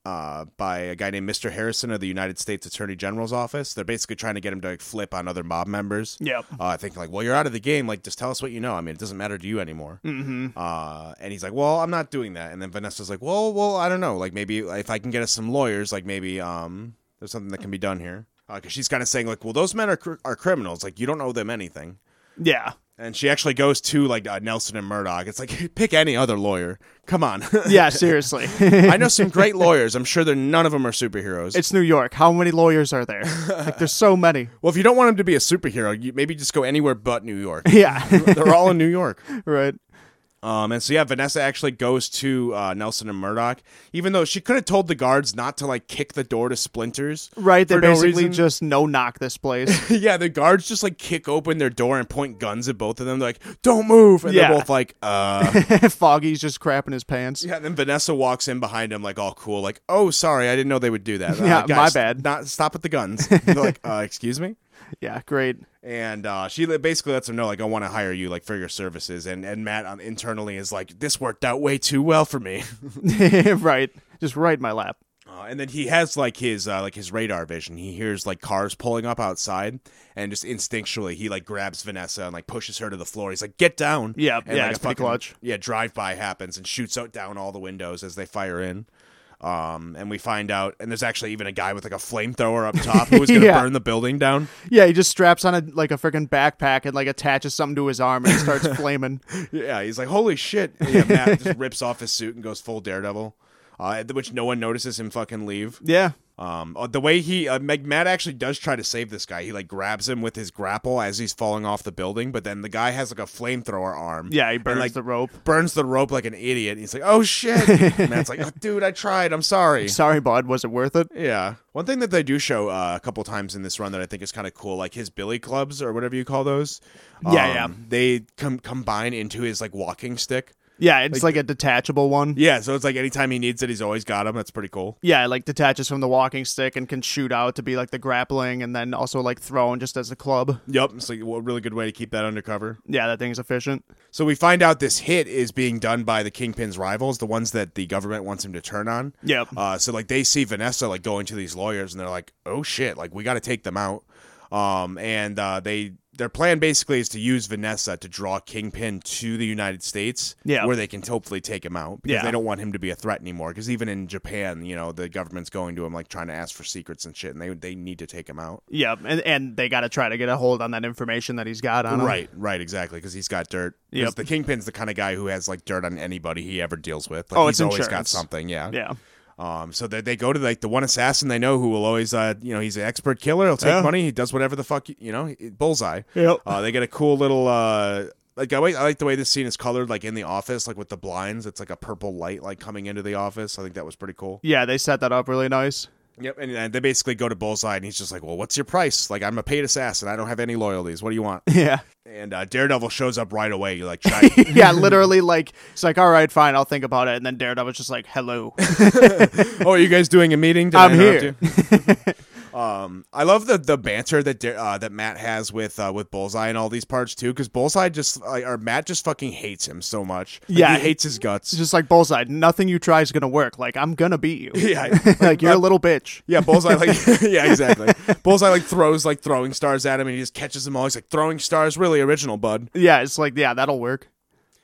S1: uh, by a guy named Mr. Harrison of the United States Attorney General's office. They're basically trying to get him to like, flip on other mob members.
S2: Yep.
S1: Uh, I think like, well, you're out of the game. Like, just tell us what you know. I mean, it doesn't matter to you anymore. Mm-hmm. Uh, and he's like, well, I'm not doing that. And then Vanessa's like, well, well, I don't know. Like, maybe if I can get us some lawyers, like maybe um, there's something that can be done here. Because she's kind of saying like, well, those men are cr- are criminals. Like, you don't owe them anything
S2: Yeah,
S1: and she actually goes to like uh, Nelson and Murdoch. It's like pick any other lawyer. Come on.
S2: yeah, seriously.
S1: I know some great lawyers. I'm sure that none of them are superheroes.
S2: it's New York. How many lawyers are there? Like, there's so many.
S1: well, if you don't want him to be a superhero, you maybe just go anywhere but New York.
S2: Yeah,
S1: They're all in New York.
S2: right.
S1: Um, and so yeah, Vanessa actually goes to uh, Nelson and Murdoch, even though she could have told the guards not to like kick the door to splinters.
S2: Right, they
S1: for no
S2: basically
S1: reason.
S2: just no knock this place.
S1: yeah, the guards just like kick open their door and point guns at both of them. They're like, "Don't move!" And
S2: Yeah.
S1: they're both like, "Uh."
S2: Foggy's just crapping his pants.
S1: Yeah, and then Vanessa walks in behind him, like all cool, like, "Oh, sorry, I didn't know they would do that." Uh,
S2: Yeah, my
S1: guys,
S2: bad.
S1: Not stop at the guns. They're like, uh, "Excuse me."
S2: Yeah, great.
S1: And uh, she li- basically lets him know, like, "I want to hire you, like, for your services." And and Matt um, internally is like, "This worked out way too well for me."
S2: right. Just right in my lap.
S1: Uh, and then he has like his uh, like his radar vision. He hears like cars pulling up outside, and just instinctually he like grabs Vanessa and like pushes her to the floor. He's like, "Get down!"
S2: Yeah,
S1: and,
S2: yeah,
S1: like,
S2: it's
S1: a
S2: pretty
S1: fucking-
S2: clutch.
S1: Yeah, drive by happens and shoots out down all the windows as they fire in. Um, and we find out, and there's actually even a guy with like a flamethrower up top who was gonna
S2: Yeah.
S1: burn the building down.
S2: Yeah, he just straps on a like a freaking backpack and like attaches something to his arm and it starts flaming.
S1: Yeah, he's like, "Holy shit!" And, yeah, Matt just rips off his suit and goes full daredevil, uh, which no one notices him fucking leave.
S2: Yeah.
S1: Um, uh, the way he uh, Mag- Matt actually does try to save this guy. He like grabs him with his grapple as he's falling off the building, but then the guy has like a flamethrower arm.
S2: Yeah, he
S1: And,
S2: burns
S1: like,
S2: the rope.
S1: burns the rope like an idiot. He's like, "Oh shit!" Matt's like, oh, "Dude, I tried. I'm sorry."
S2: Sorry, bud, was it worth it?
S1: Yeah. One thing that they do show uh, a couple times in this run that I think is kind of cool, like his billy clubs or whatever you call those. um,
S2: Yeah, yeah.
S1: They com- combine into his like walking stick.
S2: Yeah, it's like, a detachable one.
S1: Yeah, so it's like anytime he needs it, he's always got him. That's pretty cool.
S2: Yeah, it, like detaches from the walking stick and can shoot out to be like the grappling and then also like thrown just as a club.
S1: Yep. It's like a really good way to keep that undercover.
S2: Yeah, that thing's efficient.
S1: So we find out this hit is being done by the kingpin's rivals, the ones that the government wants him to turn on.
S2: Yep.
S1: Uh, so like they see Vanessa like going to these lawyers, and they're like, "Oh shit! Like we got to take them out." Um, and uh, they their plan basically is to use Vanessa to draw Kingpin to the United States,
S2: Yeah.
S1: where they can hopefully take him out because
S2: Yeah.
S1: they don't want him to be a threat anymore. Because even in Japan, you know, the government's going to him like trying to ask for secrets and shit, and they they need to take him out.
S2: Yep, and and they gotta try to get a hold on that information that he's got on him.
S1: Right, right, exactly, because he's got dirt. 'Cause
S2: Yep.
S1: the kingpin's the kind of guy who has like dirt on anybody he ever deals with. Like,
S2: Oh,
S1: he's
S2: it's
S1: always got
S2: insurance.
S1: something. Yeah.
S2: Yeah.
S1: Um, so they, they go to like the one assassin they know who will always, uh, you know, he's an expert killer. He'll take
S2: Yeah.
S1: money. He does whatever the fuck, you, you know, he- bullseye.
S2: Yep.
S1: Uh, they get a cool little, uh, like I, like- I like the way this scene is colored, like in the office, like with the blinds. It's like a purple light, like coming into the office. I think that was pretty cool.
S2: Yeah, they set that up really nice.
S1: Yep. And, and they basically go to Bullseye, and he's just like, "Well, what's your price? Like, I'm a paid assassin. I don't have any loyalties. What do you want?"
S2: Yeah.
S1: And uh, Daredevil shows up right away. You're like, try-
S2: yeah, literally, like, it's like, all right, fine, I'll think about it. And then Daredevil's just like, hello.
S1: "Oh, are you guys doing a meeting?" Did I
S2: I'm
S1: interrupt
S2: here.
S1: you? um, I love the the banter that Dare- uh, that Matt has with uh, with Bullseye and all these parts too, because Bullseye just like, or Matt just fucking hates him so much. Like,
S2: Yeah.
S1: he hates his guts.
S2: It's just like Bullseye, nothing you try is going to work. Like, I'm going to beat you.
S1: yeah,
S2: like, you're a little bitch.
S1: Yeah, Bullseye like yeah, exactly. Bullseye like throws like throwing stars at him, and he just catches them all. He's like throwing stars, really original, bud.
S2: Yeah, it's like, yeah, that'll work.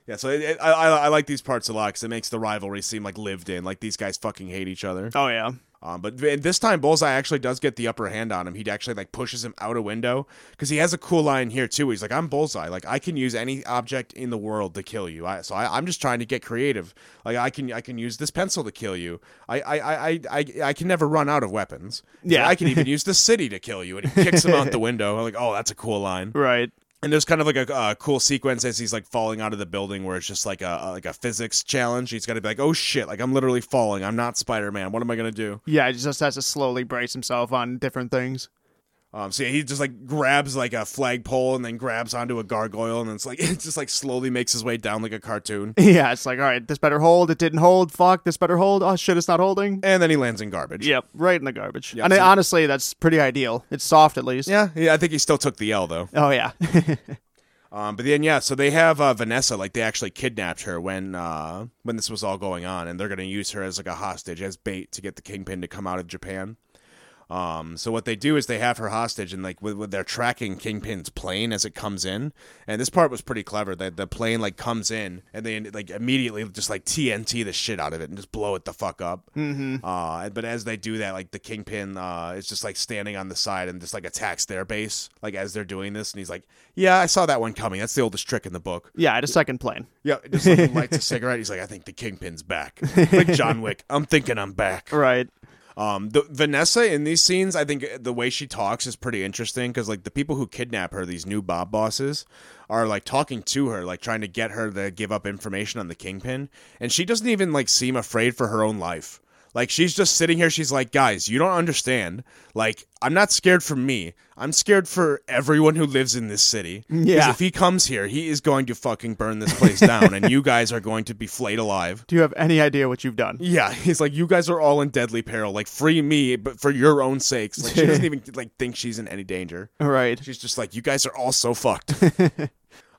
S1: Yeah, so it, it, I, I I like these parts a lot because it makes the rivalry seem like lived in. Like these guys fucking hate each other.
S2: Oh, yeah.
S1: Um, but th- this time Bullseye actually does get the upper hand on him. He actually like pushes him out a window because he has a cool line here too. He's like, "I'm Bullseye. Like I can use any object in the world to kill you. I, so I, I'm just trying to get creative. Like I can I can use this pencil to kill you. I I I I, I, I can never run out of weapons. He's like,
S2: Yeah.
S1: I can even use the city to kill you. And he kicks him out the window. I'm like, oh, that's a cool line.
S2: Right.
S1: And there's kind of like a uh, cool sequence as he's like falling out of the building where it's just like a like a physics challenge. He's got to be like, oh shit, like I'm literally falling. I'm not Spider Man. What am I gonna do?
S2: Yeah, he just has to slowly brace himself on different things.
S1: Um, so yeah, he just like grabs like a flagpole and then grabs onto a gargoyle and then it's like it just like slowly makes his way down like a cartoon.
S2: Yeah, it's like, all right, this better hold. It didn't hold. Fuck, this better hold. Oh, shit, it's not holding.
S1: And then he lands in garbage.
S2: Yep, right in the garbage.
S1: Yeah,
S2: and I-
S1: so-
S2: honestly, that's pretty ideal. It's soft, at least.
S1: Yeah, yeah, I think he still took the L though.
S2: Oh, yeah.
S1: Um, but then yeah, so they have uh, Vanessa like they actually kidnapped her when uh, when this was all going on, and they're gonna use her as like a hostage as bait to get the kingpin to come out of Japan. Um, so what they do is they have her hostage, and like with, with they're tracking Kingpin's plane as it comes in. And this part was pretty clever. That the plane like comes in, and they like immediately just like TNT the shit out of it and just blow it the fuck up. Mm-hmm. Uh, but as they do that, like the Kingpin uh, is just like standing on the side and just like attacks their base, like as they're doing this, and he's like, "Yeah, I saw that one coming. That's the oldest trick in the book."
S2: yeah, I had a second plane.
S1: Yeah, just like, lights a cigarette. He's like, "I think the Kingpin's back." Like John Wick, I'm thinking I'm back.
S2: Right.
S1: Um, the, Vanessa in these scenes, I think the way she talks is pretty interesting because like the people who kidnap her, these new Bob bosses, are like talking to her, like trying to get her to give up information on the kingpin, and she doesn't even like seem afraid for her own life. Like she's just sitting here. She's like, guys, you don't understand. Like I'm not scared for me. I'm scared for everyone who lives in this city. 'Cause
S2: Yeah.
S1: If he comes here, he is going to fucking burn this place down, and you guys are going to be flayed alive.
S2: Do you have any idea what you've done?
S1: Yeah, he's like, you guys are all in deadly peril. Like, free me, but for your own sakes. Like, she doesn't even like think she's in any danger.
S2: Right.
S1: She's just like, you guys are all so fucked.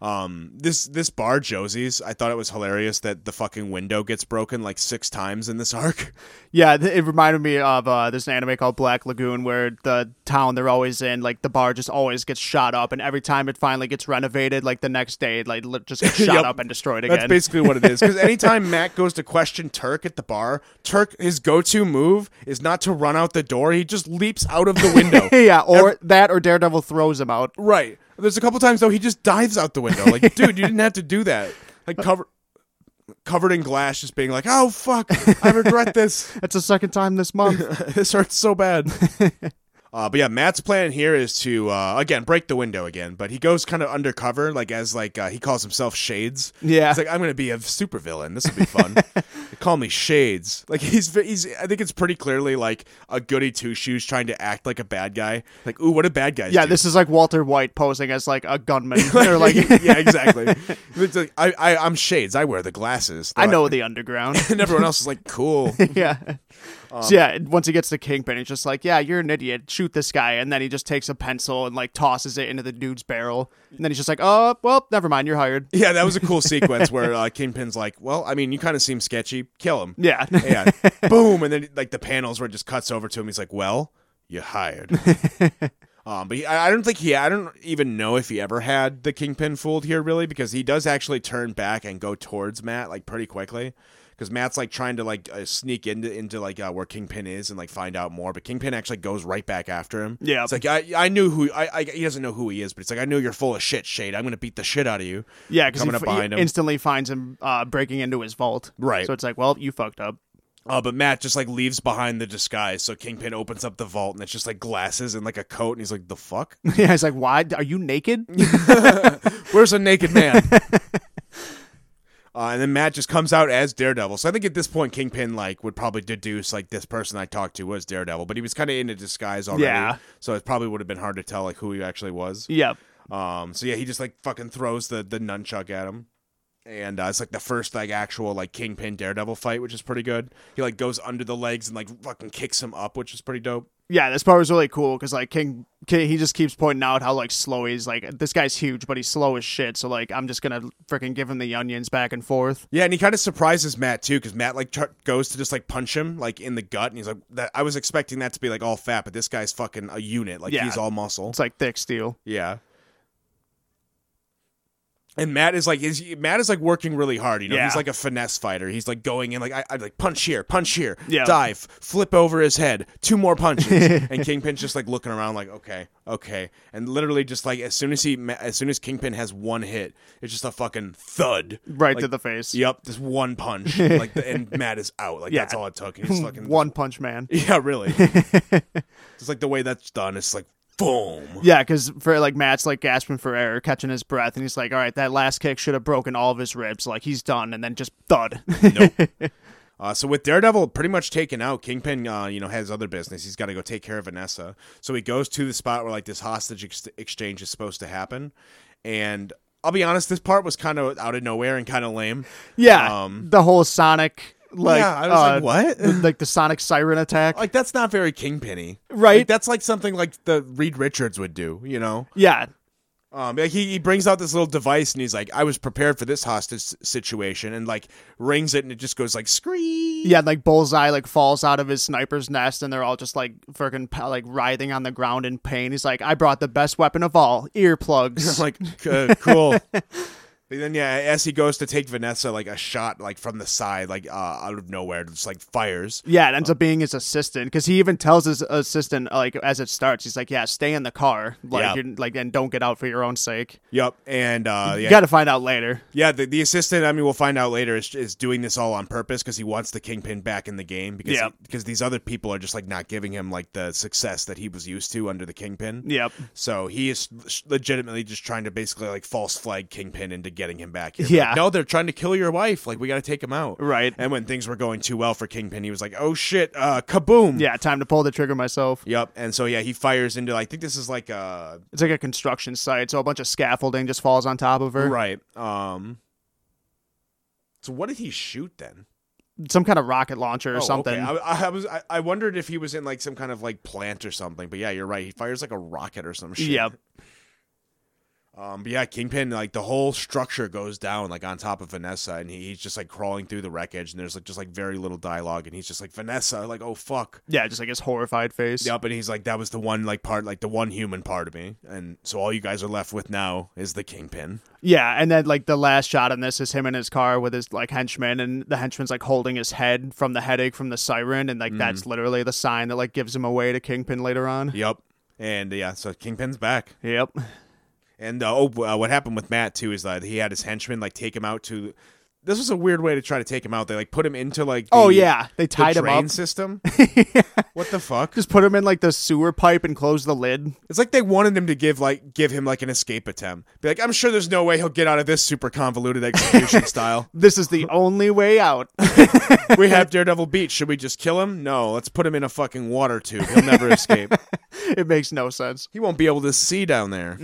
S1: um, this this bar Josie's, I thought it was hilarious that the fucking window gets broken like six times in this arc.
S2: Yeah, th- it reminded me of uh, there's an anime called Black Lagoon where the town they're always in, like the bar just always gets shot up, and every time it finally gets renovated, like the next day, it, like li- just gets shot
S1: Yep.
S2: up and destroyed
S1: That's
S2: again.
S1: basically what it is. Because anytime Matt goes to question Turk at the bar, Turk his go to move is not to run out the door. He just leaps out of the window.
S2: yeah, or that, or Daredevil throws him out.
S1: Right. There's a couple times though he just dives out the window. Like, dude, you didn't have to do that. Like cover covered in glass, just being like, Oh fuck, I regret this.
S2: It's the second time this month.
S1: this hurts so bad. Uh, but yeah, Matt's plan here is to uh, again break the window again. But he goes kind of undercover, like as like uh, he calls himself Shades.
S2: Yeah.
S1: he's like I'm gonna be a supervillain. This will be fun. They call me Shades. Like he's ve- he's. I think it's pretty clearly like a goody two shoes trying to act like a bad guy. Like ooh, what a bad guy.
S2: yeah, this is like Walter White posing as like a gunman, or like
S1: yeah, exactly. It's like, I, I, I'm shades. I wear the glasses.
S2: I know the underground.
S1: And everyone else is like, cool.
S2: yeah.
S1: Um,
S2: so yeah, once he gets the kingpin, he's just like, "Yeah, you're an idiot. Shoot this guy." And then he just takes a pencil and like tosses it into the dude's barrel. And then he's just like, "Oh, well, never mind. You're hired."
S1: yeah, that was a cool sequence where uh, Kingpin's like, well, I mean, you kind of seem sketchy. Kill him.
S2: Yeah.
S1: Yeah. Boom. And then, like, the panels where it just cuts over to him. He's like, well, you hired. Um, but he, I I don't think he. I don't even know if he ever had the kingpin fooled here, really, because he does actually turn back and go towards Matt like pretty quickly, because Matt's like trying to like uh, sneak into into like uh, where Kingpin is and like find out more. But Kingpin actually goes right back after him.
S2: Yeah.
S1: it's like I I knew who I, I he doesn't know who he is, but it's like I know you're full of shit, Shade. I'm gonna beat the shit out of you.
S2: Yeah, because he,
S1: coming up
S2: f- he
S1: behind him.
S2: instantly finds him uh, breaking into his vault.
S1: Right.
S2: So it's like, well, you fucked up.
S1: Uh, but Matt just like leaves behind the disguise. So Kingpin opens up the vault and it's just like glasses and like a coat. And he's like, the fuck?
S2: yeah, he's like, "Why are you naked?"
S1: Where's a naked man? uh, and then Matt just comes out as Daredevil. So I think at this point, Kingpin like would probably deduce like this person I talked to was Daredevil, but he was kind of in a disguise already.
S2: Yeah.
S1: So it probably would have been hard to tell like who he actually was.
S2: yep.
S1: Um, so yeah, he just like fucking throws the the nunchuck at him, and uh, it's like the first like actual like Kingpin Daredevil fight, which is pretty good. He like goes under the legs and like fucking kicks him up, which is pretty dope.
S2: Yeah, this part was really cool because like King, King, he just keeps pointing out how like slow he's like this guy's huge, but he's slow as shit. So like I'm just gonna freaking give him the onions back and forth.
S1: Yeah, and he kind of surprises Matt too, because Matt like tr- goes to just like punch him like in the gut, and he's like, that- "I was expecting that to be like all fat, but this guy's fucking a unit. Like
S2: Yeah.
S1: he's all muscle."
S2: It's like thick steel.
S1: Yeah. And Matt is like is Matt is like working really hard. You know,
S2: Yeah.
S1: he's like a finesse fighter. He's like going in like I, I like punch here, punch here,
S2: Yeah.
S1: dive, flip over his head, two more punches, and Kingpin's just like looking around like okay, okay, and literally just like as soon as he ma- as soon as Kingpin has one hit, it's just a fucking thud
S2: Right
S1: Like,
S2: to the face.
S1: Yep, just one punch, like the, and Matt is out. Like
S2: Yeah.
S1: that's all it took. And he's fucking
S2: One Punch Man.
S1: Yeah, really. just like the way that's done, it's like boom.
S2: Yeah, because for like Matt's like gasping for air, catching his breath, and he's like, "All right, that last kick should have broken all of his ribs. Like he's done." And then just thud.
S1: Uh, so with Daredevil pretty much taken out, Kingpin, uh, you know, has other business. He's got to go take care of Vanessa. So he goes to the spot where like this hostage ex- exchange is supposed to happen, and I'll be honest, this part was kind of out of nowhere and kind of lame.
S2: yeah,
S1: Um,
S2: the whole Sonic like
S1: yeah, I was
S2: uh,
S1: like, what? Oh,
S2: the- like the Sonic siren attack.
S1: like that's not very Kingpinny,
S2: Right.
S1: Like, that's like something like the Reed Richards would do, you know.
S2: yeah,
S1: Um, like, he, he brings out this little device and he's like, I was prepared for this hostage s- situation and like rings it and it just goes like scree.
S2: yeah, and, like Bullseye like falls out of his sniper's nest, and they're all just like freaking pa- like writhing on the ground in pain. He's like, "I brought the best weapon of all, earplugs."
S1: I'm like, "C- cool. But then yeah, as he goes to take Vanessa, like a shot like from the side, like uh, out of nowhere, just like fires.
S2: yeah, it ends up being his assistant because he even tells his assistant like as it starts, he's like, "Yeah, stay in the car, like
S1: Yeah.
S2: you're, like and don't get out for your own sake."
S1: Yep. And uh, yeah,
S2: You got to find out later.
S1: yeah. The, the assistant, I mean, we'll find out later, is, is doing this all on purpose because he wants the kingpin back in the game because
S2: Yep.
S1: because these other people are just like not giving him like the success that he was used to under the kingpin.
S2: Yep.
S1: So he is legitimately just trying to basically like false flag Kingpin into getting him back here.
S2: Yeah.
S1: Like, no, they're trying to kill your wife. Like we got to take him out.
S2: Right.
S1: And when things were going too well for Kingpin, he was like, "Oh shit, uh, kaboom."
S2: Yeah, time to pull the trigger myself.
S1: Yep. And so yeah, he fires into. I think this is like uh
S2: It's like a construction site, so a bunch of scaffolding just falls on top of her.
S1: right. Um. So what did he shoot then?
S2: Some kind of rocket launcher or
S1: Oh,
S2: something.
S1: okay. I, I was. I, I wondered if he was in like some kind of like plant or something. But yeah, you're right. He fires like a rocket or some shit.
S2: Yep.
S1: Um, but yeah, Kingpin, like the whole structure goes down, like on top of Vanessa, and he, he's just like crawling through the wreckage, and there's like just like very little dialogue, and he's just like Vanessa, like oh fuck,
S2: Yeah, just like his horrified face.
S1: yep, and he's like that was the one like part, like the one human part of me, and so all you guys are left with now is the Kingpin.
S2: Yeah, and then like the last shot in this is him in his car with his like henchman, and the henchman's like holding his head from the headache from the siren, and like
S1: Mm.
S2: that's literally the sign that like gives him away to Kingpin later on.
S1: Yep, and yeah, so Kingpin's back.
S2: Yep.
S1: And uh, oh, uh, what happened with Matt too is that he had his henchmen like take him out to. This was a weird way to try to take him out. They like put him into like the,
S2: oh yeah, they
S1: the
S2: tied him
S1: drain
S2: up.
S1: system. what the fuck?
S2: Just put him in like the sewer pipe and close the lid.
S1: It's like they wanted him to give like give him like an escape attempt. Be like, I'm sure there's no way he'll get out of this super convoluted execution style.
S2: This is the only way out.
S1: We have Daredevil beat. Should we just kill him? No, let's put him in a fucking water tube. He'll never escape.
S2: it makes no sense.
S1: He won't be able to see down there.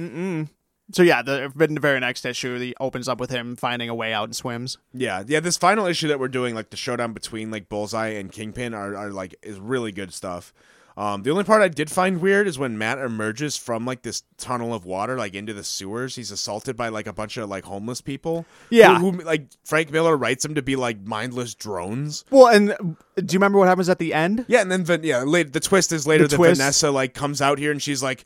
S2: So yeah, the, the very next issue he opens up with him finding a way out and swims.
S1: Yeah, yeah. This final issue that we're doing, like the showdown between like Bullseye and Kingpin, are, are like is really good stuff. Um, the only part I did find weird is when Matt emerges from like this tunnel of water, like into the sewers. He's assaulted by like a bunch of like homeless people.
S2: Yeah.
S1: who, who like Frank Miller writes him to be like mindless drones.
S2: Well, and uh, do you remember what happens at the end?
S1: Yeah, and then Van- yeah, later, the twist is later
S2: The
S1: that
S2: twist.
S1: Vanessa like comes out here and she's like,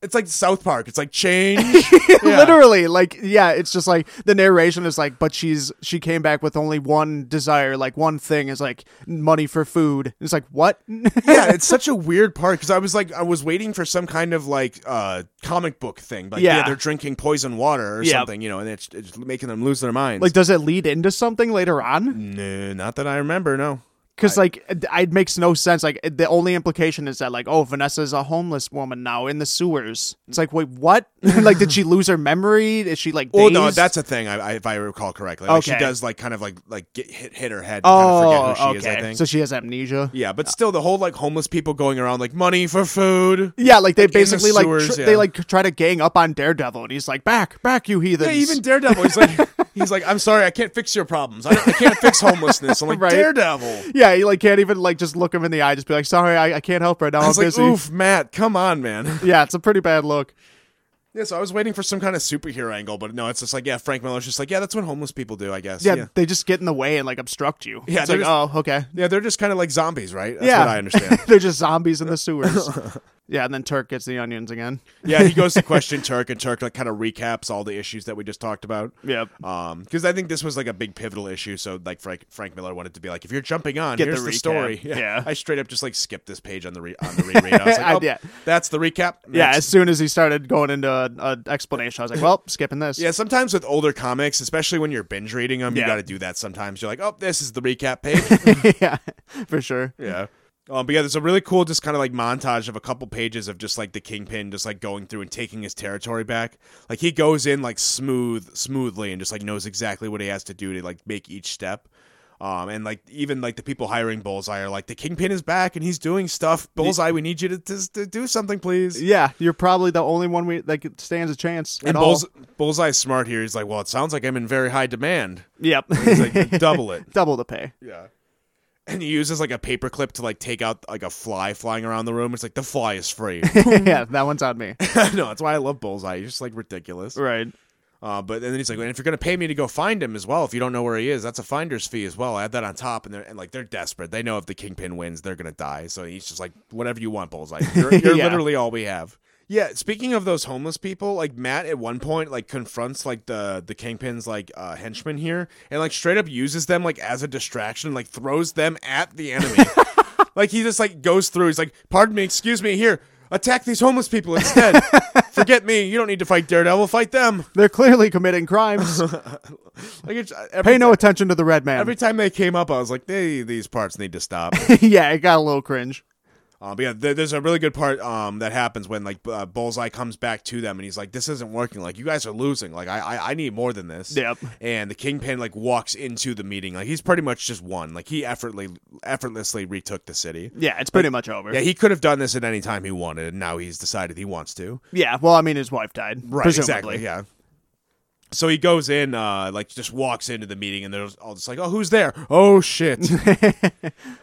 S1: it's like South Park. It's like change. Yeah.
S2: Literally, like, yeah, it's just like the narration is like, but she's she came back with only one desire, like one thing is like money for food. It's like what?
S1: yeah, it's such a weird part because I was like, I was waiting for some kind of like uh comic book thing, like yeah,
S2: Yeah.
S1: they're drinking poison water or
S2: Yep.
S1: something, you know, and it's, it's making them lose their minds.
S2: like, does it lead into something later on?
S1: no, not that I remember. No,
S2: because like it, it makes no sense. Like it- the only implication is that like oh Vanessa is a homeless woman now in the sewers. It's like wait what? like did she lose her memory? Is she like?
S1: Well, no,
S2: dazed?
S1: that's a thing. I, I, if I recall correctly, like, she
S2: Okay.
S1: does like kind of like like get hit hit her head. And
S2: oh
S1: kind of forget who she
S2: okay.
S1: is, I think.
S2: So she has amnesia.
S1: yeah, but still, the whole like homeless people going around like money for food.
S2: Yeah, like they
S1: the
S2: basically like tr-
S1: sewers, yeah.
S2: they like try to gang up on Daredevil, and he's like, "Back, back, you heathens!"
S1: Yeah, even Daredevil. He's like, he's like, I'm sorry, I can't fix your problems. I, don't, I can't fix homelessness. I'm like
S2: Right.
S1: Daredevil.
S2: yeah, he like can't even like just look him in the eye, just be like, "Sorry, I, I can't help right now.
S1: I
S2: I'm
S1: was like,
S2: busy."
S1: oof, Matt, come on, man.
S2: Yeah, it's a pretty bad look.
S1: Yeah, so I was waiting for some kind of superhero angle, but no, it's just like, yeah, Frank Miller's just like, yeah, that's what homeless people do, I guess.
S2: Yeah,
S1: yeah,
S2: they just get in the way and like obstruct you.
S1: Yeah,
S2: it's
S1: they're
S2: like, oh, okay.
S1: Yeah, they're just kind of like zombies, right? That's
S2: yeah,
S1: what I understand.
S2: They're just zombies in the sewers. yeah, and then Turk gets the onions again.
S1: yeah, he goes to question Turk, and Turk like kind of recaps all the issues that we just talked about.
S2: Yep.
S1: Um, because I think this was like a big pivotal issue, so like Frank Frank Miller wanted to be like, if you're jumping on,
S2: Get the
S1: here's the,
S2: recap.
S1: story.
S2: Yeah.
S1: I straight up just like skipped this page on the re- on the reread. I was like,
S2: I-
S1: oh,
S2: yeah.
S1: that's the recap.
S2: Yeah,
S1: Next.
S2: as soon as he started going into an explanation, I was like, "Well, skipping this."
S1: Yeah, sometimes with older comics, especially when you're binge reading them, you
S2: Yeah.
S1: got to do that sometimes. You're like, oh, this is the recap page.
S2: yeah, for sure.
S1: Yeah. Um, but yeah, there's a really cool, just kind of like montage of a couple pages of just like the kingpin just like going through and taking his territory back. Like he goes in like smooth, smoothly, and just like knows exactly what he has to do to like make each step. Um, and like even like the people hiring Bullseye are like the kingpin is back and he's doing stuff. Bullseye, we need you to, to, to do something, please.
S2: Yeah, you're probably the only one we like stands a chance at
S1: And
S2: all.
S1: Bulls- Bullseye's smart here. He's like, well, it sounds like I'm in very high demand.
S2: Yep.
S1: He's like, double it.
S2: Double the pay.
S1: Yeah. And he uses like a paperclip to like take out like a fly flying around the room. It's like the fly is free.
S2: yeah, that one's on me.
S1: no, that's why I love Bullseye. He's just like ridiculous.
S2: Right.
S1: Uh, but and then he's like, and if you're gonna pay me to go find him as well, if you don't know where he is, that's a finder's fee as well. Add that on top, and they're and like they're desperate. They know if the kingpin wins, they're gonna die. So he's just like, whatever you want, Bullseye. You're, you're
S2: Yeah.
S1: literally all we have. Yeah. Speaking of those homeless people, like Matt at one point like confronts like the the kingpin's like uh, henchmen here, and like straight up uses them like as a distraction, like throws them at the enemy. Like he just like goes through. He's like, "Pardon me, excuse me. Here, attack these homeless people instead. Forget me. You don't need to fight Daredevil. Fight them."
S2: They're clearly committing crimes.
S1: Like it's, uh, every,
S2: Pay no attention to the red man.
S1: every time they came up, I was like, "They these parts need to stop."
S2: yeah, it got a little cringe.
S1: um, but yeah, there, there's a really good part um that happens when like uh, Bullseye comes back to them and he's like, "This isn't working. Like you guys are losing. Like I I, I need more than this."
S2: Yep.
S1: And the Kingpin like walks into the meeting. Like he's pretty much just won. Like he effortly effortlessly retook the city.
S2: Yeah, it's pretty much over.
S1: Yeah, he could have done this at any time he wanted, and now he's decided he wants to.
S2: Yeah, well, I mean, his wife died.
S1: Right,
S2: presumably.
S1: exactly. Yeah. So he goes in, uh, like just walks into the meeting, and they're all just like, "Oh, who's there? Oh shit!"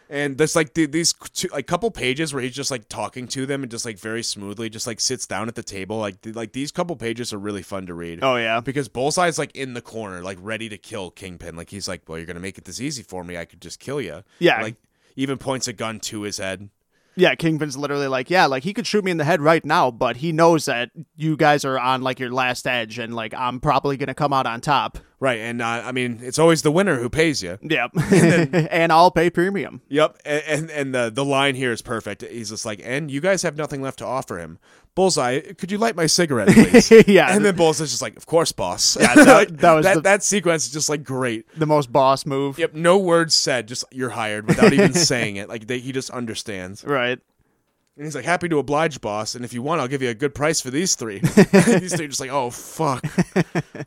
S1: and there's like the, these two, like couple pages where he's just like talking to them and just like very smoothly, just like sits down at the table. Like th- like these couple pages are really fun to read.
S2: Oh, yeah.
S1: because Bullseye's like in the corner, like ready to kill Kingpin. Like he's like, "Well, you're gonna make it this easy for me. I could just kill you."
S2: Yeah.
S1: like even points a gun to his head.
S2: Yeah, Kingpin's literally like, yeah, like he could shoot me in the head right now, but he knows that you guys are on like your last edge and like I'm probably going to come out on top.
S1: Right, and uh, I mean, it's always the winner who pays you.
S2: Yep. and I'll pay premium.
S1: Yep, and and, and the, the line here is perfect. He's just like, and you guys have nothing left to offer him. Bullseye, could you light my cigarette, please?
S2: Yeah.
S1: And then Bullseye's just like, of course, boss.
S2: that- that was
S1: that,
S2: the-
S1: that sequence is just like great.
S2: The most boss move.
S1: Yep, no words said, just you're hired without even saying it. Like they, he just understands,
S2: Right.
S1: and he's like, happy to oblige, boss. And if you want, I'll give you a good price for these three. these three are just like, oh fuck,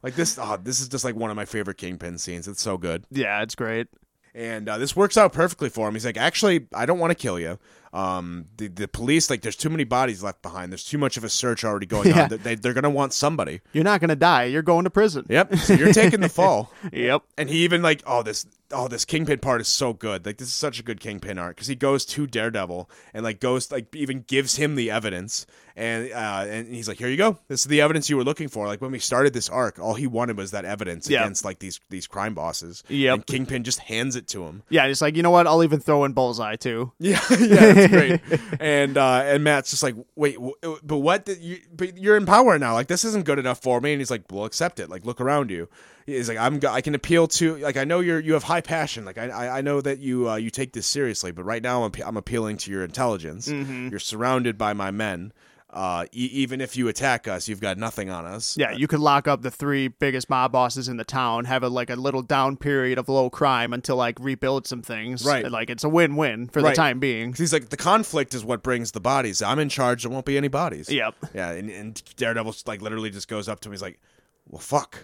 S1: like this. Oh, this is just like one of my favorite Kingpin scenes. It's so good.
S2: Yeah, it's great.
S1: and uh, this works out perfectly for him. He's like, actually, I don't want to kill you. Um, the the police like, there's too many bodies left behind. There's too much of a search already going
S2: Yeah.
S1: on. They- They, they're gonna want somebody.
S2: You're not going to die. You're going to prison.
S1: Yep. So you're taking the fall.
S2: Yep.
S1: And he even like, oh this, oh this kingpin part is so good. Like this is such a good kingpin art because he goes to Daredevil and like goes like even gives him the evidence and uh and he's like, here you go. This is the evidence you were looking for. Like when we started this arc, all he wanted was that evidence
S2: Yeah.
S1: against like these these crime bosses.
S2: Yep.
S1: And Kingpin just hands it to him.
S2: Yeah, it's like, you know what? I'll even throw in Bullseye too.
S1: Yeah, yeah, that's great. and uh, and Matt's just like, wait, w- but what? Did you, but you're in power now. Like this isn't good enough for me. And he's like, well, accept it. Like look around you. He's like, I'm. go- I can appeal to. Like I know you're. You have high passion. Like I. I, I know that you. Uh, you take this seriously. But right now, I'm, appe- I'm appealing to your intelligence. You're surrounded by my men. uh, e- even if you attack us, you've got nothing on us.
S2: Yeah, you could lock up the three biggest mob bosses in the town, have a like a little down period of low crime until like rebuild some things.
S1: Right.
S2: Like it's a win win for
S1: Right.
S2: the time being.
S1: 'Cause he's like, the conflict is what brings the bodies. I'm in charge. There won't be any bodies.
S2: Yep.
S1: Yeah. And, and Daredevil like literally just goes up to him. He's like, well, fuck.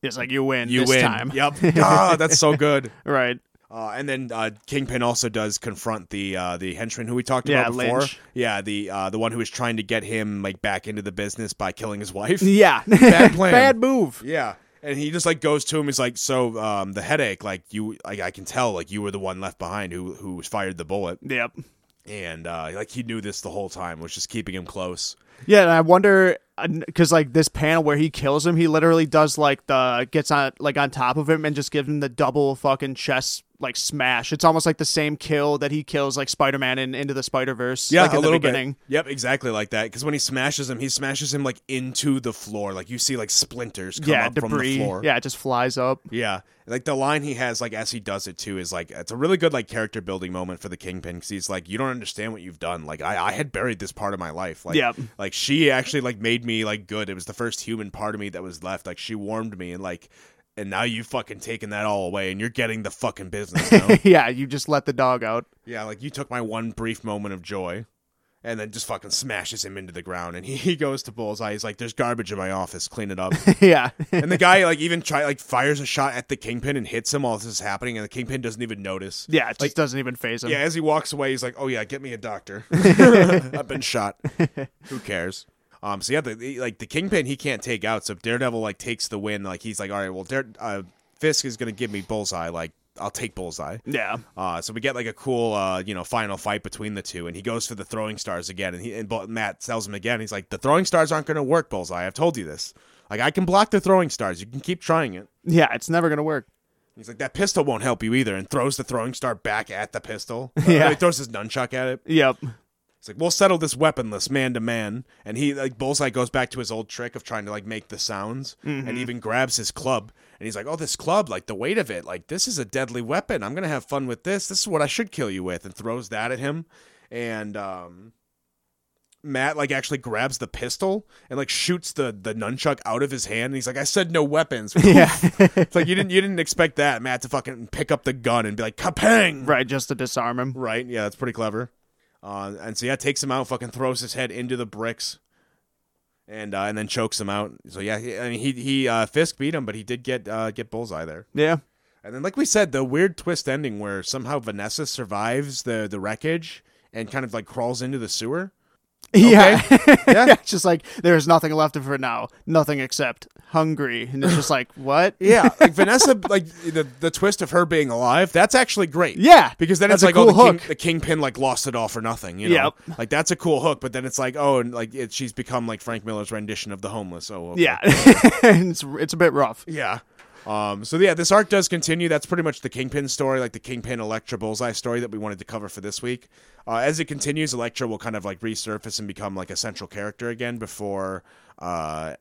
S2: It's like you win
S1: You
S2: this
S1: win.
S2: time.
S1: Yep. ah, that's so good.
S2: Right.
S1: Uh, and then uh, Kingpin also does confront the uh, the henchman who we talked
S2: Yeah,
S1: about before.
S2: Lynch.
S1: Yeah, the uh, the one who was trying to get him like back into the business by killing his wife.
S2: Yeah.
S1: Bad plan.
S2: Bad move.
S1: Yeah. And he just like goes to him. He's like, "So um, the headache, like you, like I can tell, like you were the one left behind who who fired the bullet,
S2: Yep.
S1: and uh, like he knew this the whole time, was just keeping him close."
S2: Yeah, and I wonder because like this panel where he kills him, he literally does like the gets on like on top of him and just gives him the double fucking chest like smash. It's almost like the same kill that he kills like Spider Man in Into the Spider Verse. like, in
S1: a
S2: the
S1: little
S2: beginning.
S1: bit. Yep, exactly like that. Because when he smashes him, he smashes him like into the floor. Like you see like splinters come
S2: yeah,
S1: up
S2: debris.
S1: from the floor.
S2: Yeah, it just flies up.
S1: Yeah, like the line he has, like as he does it too, is like it's a really good like character building moment for the kingpin because he's like, you don't understand what you've done. Like I, I had buried this part of my life. Like,
S2: Yep.
S1: like she actually like made me like good. It was the first human part of me that was left. Like she warmed me and like, and now you fucking taken that all away and you're getting the fucking business. You know?
S2: yeah, you just let the dog out.
S1: yeah, like you took my one brief moment of joy. And then just fucking smashes him into the ground, and he, he goes to Bullseye. He's like, "There's garbage in my office. Clean it up."
S2: yeah,
S1: And the guy like even try like fires a shot at the kingpin and hits him while this is happening, and the kingpin doesn't even notice.
S2: yeah, it just doesn't even phase him.
S1: Yeah, as he walks away, he's like, "Oh yeah, get me a doctor. I've been shot. Who cares?" Um. So yeah, the, the like the kingpin he can't take out. So if Daredevil like takes the win, like he's like, "All right, well, Dare uh, Fisk is gonna give me Bullseye. Like I'll take Bullseye."
S2: yeah.
S1: Uh, so we get like a cool, uh, you know, final fight between the two, and he goes for the throwing stars again, and he and Bo- Matt tells him again, he's like, "The throwing stars aren't going to work, Bullseye. I've told you this. Like, I can block the throwing stars. You can keep trying it."
S2: Yeah, It's never gonna work.
S1: He's like, "That pistol won't help you either," and throws the throwing star back at the pistol. Uh,
S2: Yeah.
S1: he throws his nunchuck at it.
S2: Yep.
S1: He's like, "We'll settle this weaponless, man to man." And he like Bullseye goes back to his old trick of trying to like make the sounds, and even grabs his club. And he's like, "Oh, this club, like the weight of it, like this is a deadly weapon. I'm gonna have fun with this. This is what I should kill you with." And throws that at him, and um. Matt like actually grabs the pistol and like shoots the the nunchuck out of his hand and he's like I said no weapons.
S2: Yeah.
S1: It's like you didn't you didn't expect that Matt to fucking pick up the gun and be like kapang.
S2: right, just to disarm him.
S1: Right. Yeah, that's pretty clever. Uh, and so yeah, takes him out, fucking throws his head into the bricks, and uh, and then chokes him out. So yeah, he, I mean he he uh, Fisk beat him, but he did get uh, get bullseye there.
S2: Yeah.
S1: And then like we said, the weird twist ending where somehow Vanessa survives the the wreckage and kind of like crawls into the sewer.
S2: Yeah.
S1: Yeah.
S2: yeah. It's just like there's nothing left of her now. Nothing except hungry. And it's just like, what?
S1: Yeah, like Vanessa, like the the twist of her being alive. That's actually great.
S2: Yeah.
S1: Because then
S2: That's
S1: it's
S2: a
S1: like,
S2: cool
S1: oh, the,
S2: hook.
S1: king, the kingpin like lost it all for nothing, you know? Like that's a cool hook, but then it's like, oh, and like it, she's become like Frank Miller's rendition of the homeless. Oh, okay.
S2: Yeah. it's it's a bit rough.
S1: yeah. Um, so yeah, this arc does continue. That's pretty much the Kingpin story, like the Kingpin Electra Bullseye story that we wanted to cover for this week. Uh, as it continues, Electra will kind of like resurface and become like a central character again before uh,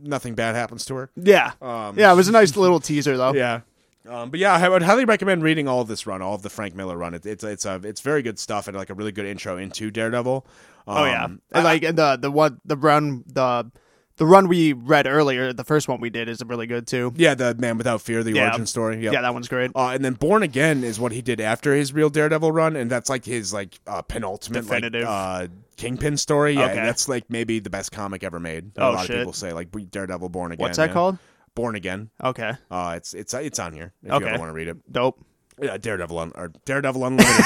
S1: nothing bad happens to her.
S2: Yeah. yeah,
S1: Um,
S2: it was a nice little teaser though.
S1: Yeah. Um, but yeah, I would highly recommend reading all of this run, all of the Frank Miller run. It, it's it's a, it's very good stuff and like a really good intro into Daredevil. Um,
S2: Oh yeah. and like and the the one the run the the run we read earlier, the first one we did is really good too.
S1: yeah, the Man Without Fear, the
S2: Yeah.
S1: origin story. Yep.
S2: Yeah, that one's great.
S1: Uh, and then Born Again is what he did after his real Daredevil run, and that's like his like uh, penultimate like,
S2: Definitive.
S1: uh, Kingpin story. Yeah,
S2: Okay.
S1: and that's like maybe the best comic ever made. a
S2: Oh,
S1: lot
S2: shit.
S1: of people say like Daredevil Born Again.
S2: What's that
S1: yeah.
S2: called?
S1: Born Again.
S2: Okay.
S1: Uh, it's it's it's on here if
S2: Okay.
S1: you ever want to read it.
S2: Dope.
S1: Yeah, Daredevil un- or Daredevil Unlimited.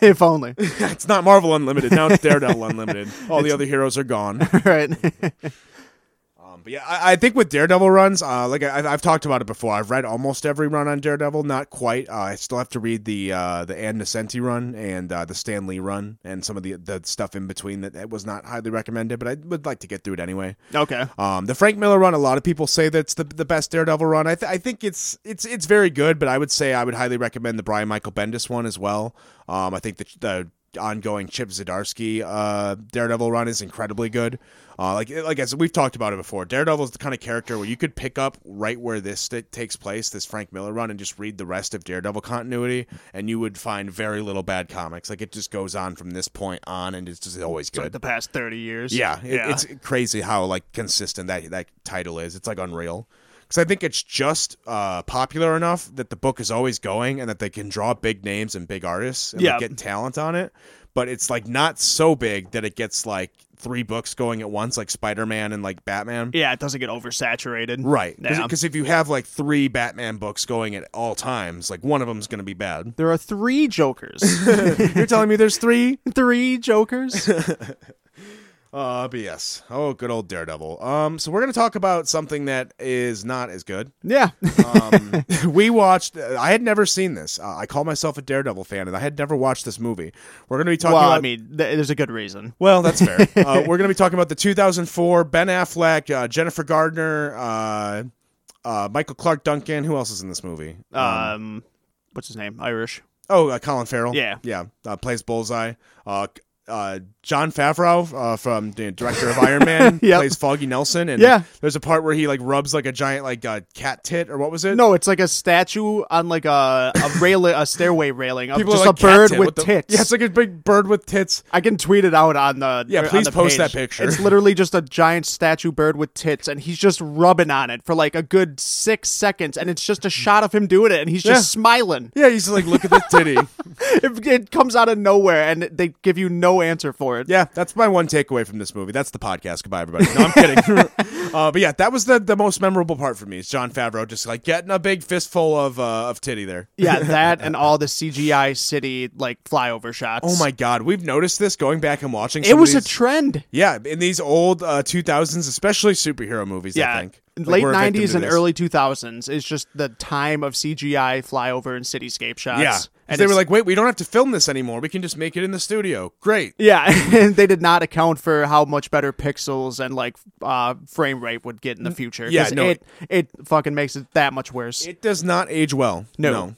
S2: if only.
S1: It's not Marvel Unlimited. Now it's Daredevil Unlimited. All the other heroes are gone.
S2: right.
S1: Um, but yeah, I, I think with Daredevil runs, uh, like I, I've talked about it before, I've read almost every run on Daredevil. Not quite. Uh, I still have to read the uh, the Ann Nesenti run and uh, the Stan Lee run and some of the the stuff in between that, that was not highly recommended. But I would like to get through it anyway.
S2: okay.
S1: Um, the Frank Miller run, a lot of people say that's the the best Daredevil run. I, th- I think it's it's it's very good, but I would say I would highly recommend the Brian Michael Bendis one as well. Um, I think the the ongoing Chip Zdarsky uh, Daredevil run is incredibly good. Uh, like like as we've talked about it before, Daredevil is the kind of character where you could pick up right where this st- takes place, this Frank Miller run, and just read the rest of Daredevil continuity, and you would find very little bad comics. Like it just goes on from this point on, and it's just always
S2: It's like
S1: good.
S2: the past thirty years.
S1: Yeah, it-
S2: yeah.
S1: it's crazy how like consistent that that title is. It's like unreal. Because I think it's just uh, popular enough that the book is always going, and that they can draw big names and big artists and like,
S2: Yeah.
S1: get talent on it. But it's like not so big that it gets like three books going at once, like Spider Man and like Batman.
S2: yeah. It doesn't get oversaturated.
S1: Right,
S2: Yeah.
S1: because if you have like three Batman books going at all times, like one of them's going to be bad.
S2: There are three Jokers.
S1: You're telling me there's three?
S2: three Jokers.
S1: Uh, but yes. Oh, good old Daredevil. Um, so we're going to talk about something that is not as good.
S2: yeah.
S1: um, we watched. I had never seen this. Uh, I call myself a Daredevil fan, and I had never watched this movie. We're going to be talking
S2: Well,
S1: about.
S2: I mean, th- there's a good reason.
S1: well, that's fair. uh, we're going to be talking about the 2004 Ben Affleck, uh, Jennifer Gardner, uh, uh, Michael Clark Duncan. Who else is in this movie? Uh,
S2: Um, what's his name? Irish.
S1: oh, uh, Colin Farrell.
S2: yeah.
S1: yeah. Uh, plays Bullseye. Uh, uh, John Favreau uh, from the director of Iron Man
S2: Yep.
S1: plays Foggy Nelson, and
S2: Yeah.
S1: there's a part where he like rubs like a giant like uh, cat tit or what was it?
S2: No, it's like a statue on like a a rail a stairway railing of
S1: People are
S2: just
S1: like,
S2: a
S1: "Cat
S2: bird
S1: tit,
S2: with
S1: what the-"
S2: tits.
S1: Yeah, it's like a big bird with tits.
S2: I can tweet it out on the
S1: Yeah,
S2: or on
S1: please
S2: the
S1: post
S2: page.
S1: that picture.
S2: It's literally just a giant statue bird with tits, and he's just rubbing on it for like a good six seconds, and it's just a shot of him doing it, and he's just
S1: Yeah.
S2: smiling.
S1: Yeah, he's like, look at this titty.
S2: It, it comes out of nowhere, and they give you no answer for it.
S1: yeah, that's my one takeaway from this movie. That's the podcast. Goodbye, everybody. No, I'm kidding. uh, but yeah, that was the, the most memorable part for me. Is John Favreau just like getting a big fistful of uh, of titty there.
S2: Yeah, that and all the CGI city like flyover shots.
S1: Oh my god, we've noticed this going back and watching.
S2: It
S1: some of
S2: was a
S1: these-
S2: trend.
S1: yeah in these old uh, 2000s, especially superhero movies. I
S2: Yeah,
S1: think Like,
S2: late
S1: we're a victim
S2: '90s
S1: to
S2: and
S1: this.
S2: early 2000s is just the time of CGI flyover and cityscape shots.
S1: Yeah,
S2: and
S1: and they were
S2: it's-
S1: like, wait, we don't have to film this anymore. We can just make it in the studio. Great.
S2: Yeah, and they did not account for how much better pixels and like uh, frame rate would get in the future. 'cause
S1: Yeah, no,
S2: it it fucking makes it that much worse.
S1: It does not age well.
S2: No.
S1: no.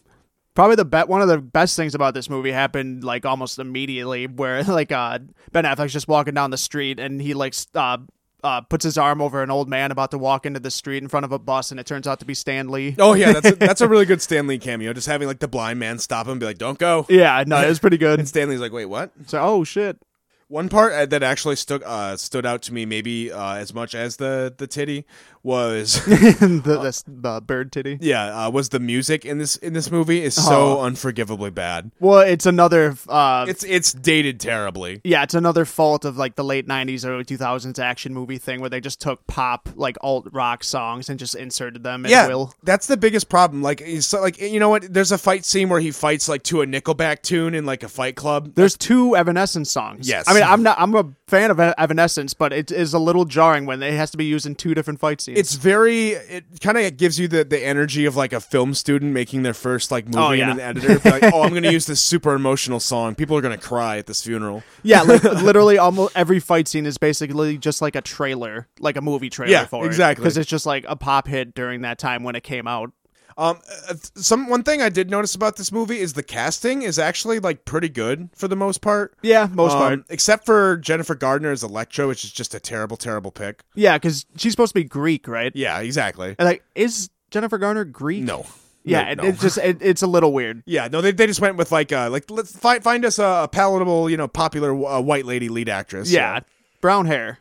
S2: Probably the bet one of the best things about this movie happened like almost immediately, where like uh, Ben Affleck's just walking down the street and he like s- uh, uh, puts his arm over an old man about to walk into the street in front of a bus, and it turns out to be Stan Lee.
S1: Oh yeah, that's a, that's a really good Stanley cameo. Just having like the blind man stop him, and be like, "Don't go."
S2: Yeah, no, it was pretty
S1: And
S2: good.
S1: Stanley's like, "Wait, what?"
S2: So oh shit,
S1: One part uh, that actually stood uh, stood out to me, maybe uh, as much as the the titty, was
S2: the, the the bird titty.
S1: yeah, uh, was the music in this in this movie is so unforgivably bad.
S2: Well, it's another uh,
S1: It's it's dated terribly.
S2: Yeah, it's another fault of like the late '90s, early 2000s action movie thing where they just took pop, like alt rock songs, and just inserted them. At
S1: Yeah,
S2: will.
S1: that's the biggest problem. Like, it's so, like you know what? There's a fight scene where he fights like to a Nickelback tune in like a Fight Club.
S2: There's two Evanescence songs.
S1: Yes.
S2: I mean I'm not I'm a fan of E-, Evanescence, but it is a little jarring when it has to be used in two different fight scenes.
S1: it's very it kind of gives you the, the energy of like a film student making their first like movie
S2: Oh, yeah.
S1: and an editor be like oh i'm gonna use this super emotional song people are gonna cry at this funeral
S2: yeah, like, literally almost every fight scene is basically just like a trailer, like a movie trailer
S1: Yeah,
S2: for
S1: exactly.
S2: because it's just like a pop hit during that time when it came out.
S1: um uh, th- some one thing i did notice about this movie is the casting is actually like pretty good for the most part
S2: Yeah, most
S1: Um,
S2: part.
S1: except for jennifer gardner as electro which is just a terrible terrible pick
S2: Yeah, because she's supposed to be Greek, right?
S1: yeah exactly
S2: And like, is Jennifer Garner Greek?
S1: no
S2: Yeah,
S1: no,
S2: it,
S1: no.
S2: it's just it, it's a little weird.
S1: yeah, no, they, they just went with like uh like let's find find us a, a palatable you know popular uh, white lady lead actress.
S2: Yeah, brown hair.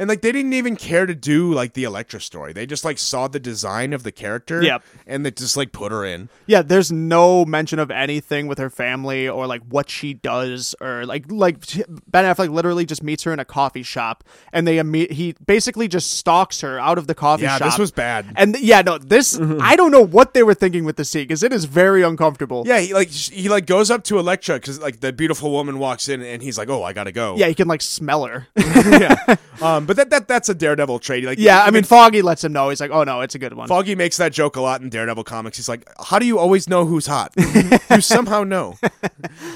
S1: And like they didn't even care to do like the Electra story. They just like saw the design of the character.
S2: Yep.
S1: And they just like put her in.
S2: Yeah, there's no mention of anything with her family or like what she does or like like she- Ben Affleck literally just meets her in a coffee shop and they imme- he basically just stalks her out of the coffee
S1: Yeah,
S2: shop.
S1: this was bad.
S2: and th- yeah, no, this I don't know what they were thinking with the scene because it is very uncomfortable.
S1: Yeah, he like sh- he like goes up to Electra because like the beautiful woman walks in and he's like, oh, I gotta go.
S2: yeah, he can like smell her.
S1: yeah. Um, but that that that's a Daredevil trait. Like,
S2: yeah, I mean Foggy lets him know. He's like, oh no, it's a good one.
S1: Foggy makes that joke a lot in Daredevil comics. He's like, how do you always know who's hot? you somehow know.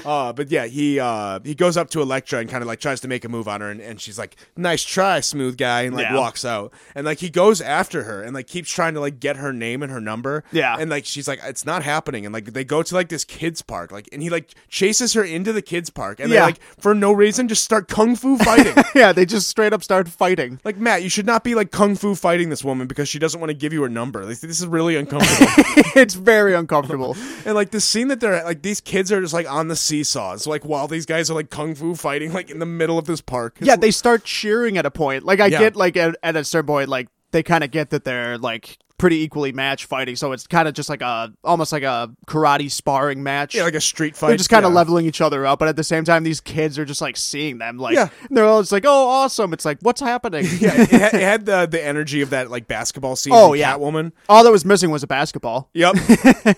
S1: Uh, but yeah, he uh, he goes up to Elektra and kind of like tries to make a move on her, and, and she's like, "Nice try, smooth guy," and like
S2: Yeah.
S1: walks out, and like he goes after her and like keeps trying to like get her name and her number,
S2: Yeah.
S1: and like she's like, "It's not happening," and like they go to like this kids park, like, and he like chases her into the kids park, and they
S2: Yeah.
S1: like for no reason just start kung fu fighting.
S2: yeah, they just straight up start fighting.
S1: Like Matt, you should not be like kung fu fighting this woman because she doesn't want to give you her number. Like, this is really uncomfortable.
S2: it's very uncomfortable.
S1: and like the scene that they're at, like these kids are just like on the seesaw. It's like while these guys are like kung fu fighting like in the middle of this park. It's
S2: yeah, they start cheering at a point. Like I
S1: Yeah.
S2: get like at, at a certain point, like they kind of get that they're like pretty equally match fighting, so it's kind of just like a almost like a karate sparring match.
S1: yeah, like a street fight.
S2: they're just kind of
S1: yeah.
S2: leveling each other up, but at the same time, these kids are just like seeing them, like
S1: Yeah.
S2: and they're all just like, "Oh, awesome!" It's like, "What's happening?"
S1: Yeah, it had, it had the the energy of that like basketball scene.
S2: Oh,
S1: from
S2: yeah.
S1: Catwoman.
S2: all that was missing was a basketball.
S1: Yep.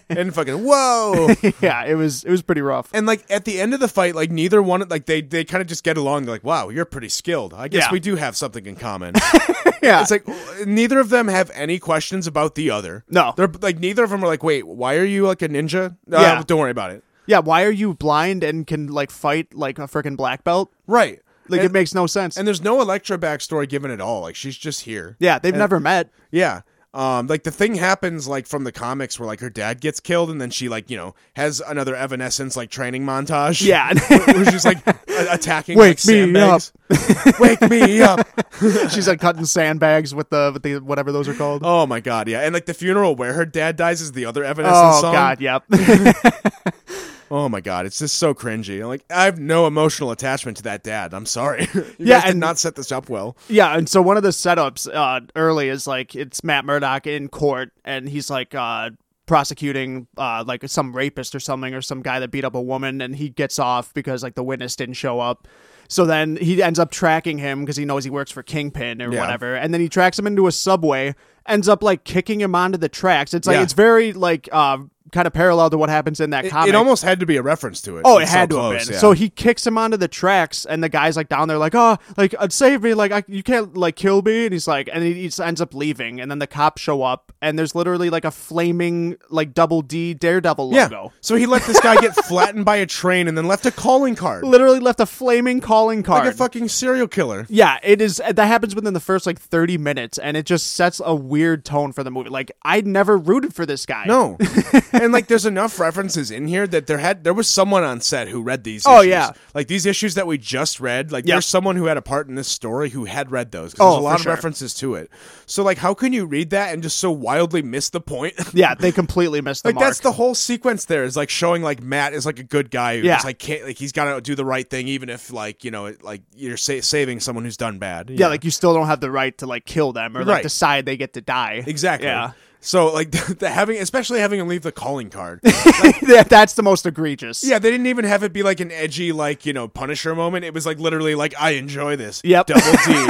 S1: and fucking whoa.
S2: yeah, it was it was pretty rough.
S1: And like at the end of the fight, like neither one, like they they kind of just get along. They're like, "Wow, you're pretty skilled. I guess
S2: Yeah.
S1: we do have something in common."
S2: yeah,
S1: It's like neither of them have any questions about the other.
S2: No.
S1: they're like neither of them are like, wait, why are you like a ninja? Uh,
S2: Yeah.
S1: don't worry about it.
S2: yeah. Why are you blind and can like fight like a freaking black belt?
S1: Right.
S2: Like
S1: and,
S2: it makes no sense.
S1: and there's no Electra backstory given at all. Like she's just here.
S2: yeah, they've never met.
S1: Yeah. Um, like the thing happens like from the comics where like her dad gets killed and then she like you know has another evanescence like training montage.
S2: Yeah.
S1: where she's like a- attacking
S2: Wake
S1: like,
S2: me up.
S1: sandbags. Wake me up.
S2: She's like cutting sandbags with the with the whatever those are called. Oh,
S1: Oh my god, yeah. And like the funeral where her dad dies is the other Evanescence song.
S2: Oh, God, yep.
S1: Oh my god, it's just so cringy. I'm like I have no emotional attachment to that dad. I'm sorry. you
S2: Yeah,
S1: guys did
S2: and-
S1: not set this up well.
S2: yeah, and so one of the setups uh, early is like it's Matt Murdock in court, and he's like uh, prosecuting uh, like some rapist or something, or some guy that beat up a woman, and he gets off because like the witness didn't show up. So then he ends up tracking him because he knows he works for Kingpin or
S1: Yeah.
S2: whatever, and then he tracks him into a subway, ends up like kicking him onto the tracks. It's like
S1: Yeah.
S2: it's very like uh, kind of parallel to what happens in that
S1: It,
S2: comic.
S1: it almost had to be a reference to it.
S2: Oh, it
S1: It's
S2: had
S1: so
S2: to have
S1: close,
S2: been.
S1: yeah.
S2: So he kicks him onto the tracks, and the guy's like down there, like, "Oh, like uh, save me! Like I, you can't like kill me." And he's like, and he, he just ends up leaving, and then the cops show up, and there's literally like a flaming like double D Daredevil
S1: yeah.
S2: logo.
S1: So he let this guy get flattened by a train and then left a calling card.
S2: Literally left a flaming calling card.
S1: Like a fucking serial killer.
S2: yeah, it is. That happens within the first like 30 minutes, and it just sets a weird tone for the movie. Like I never rooted for this guy.
S1: No. and like there's enough references in here that there had there was someone on set who read these
S2: Oh,
S1: issues.
S2: yeah.
S1: Like these issues that we just read, like
S2: Yeah.
S1: there's someone who had a part in this story who had read those 'cause
S2: Oh,
S1: there's a
S2: for
S1: lot of
S2: sure.
S1: references to it. So like how can you read that and just so wildly miss the point?
S2: Yeah, they completely missed the
S1: Like
S2: mark.
S1: that's the whole sequence there is like showing like Matt is like a good guy who
S2: Yeah.
S1: just like can't like he's got to do the right thing even if like you know it, like you're sa- saving someone who's done bad.
S2: yeah, like you still don't have the right to like kill them or like
S1: Right.
S2: decide they get to die.
S1: exactly.
S2: Yeah.
S1: So like the having especially having him leave the calling card.
S2: Yeah, that's the most egregious.
S1: yeah, they didn't even have it be like an edgy like you know Punisher moment. It was like literally like I enjoy this.
S2: Yep.
S1: Double D.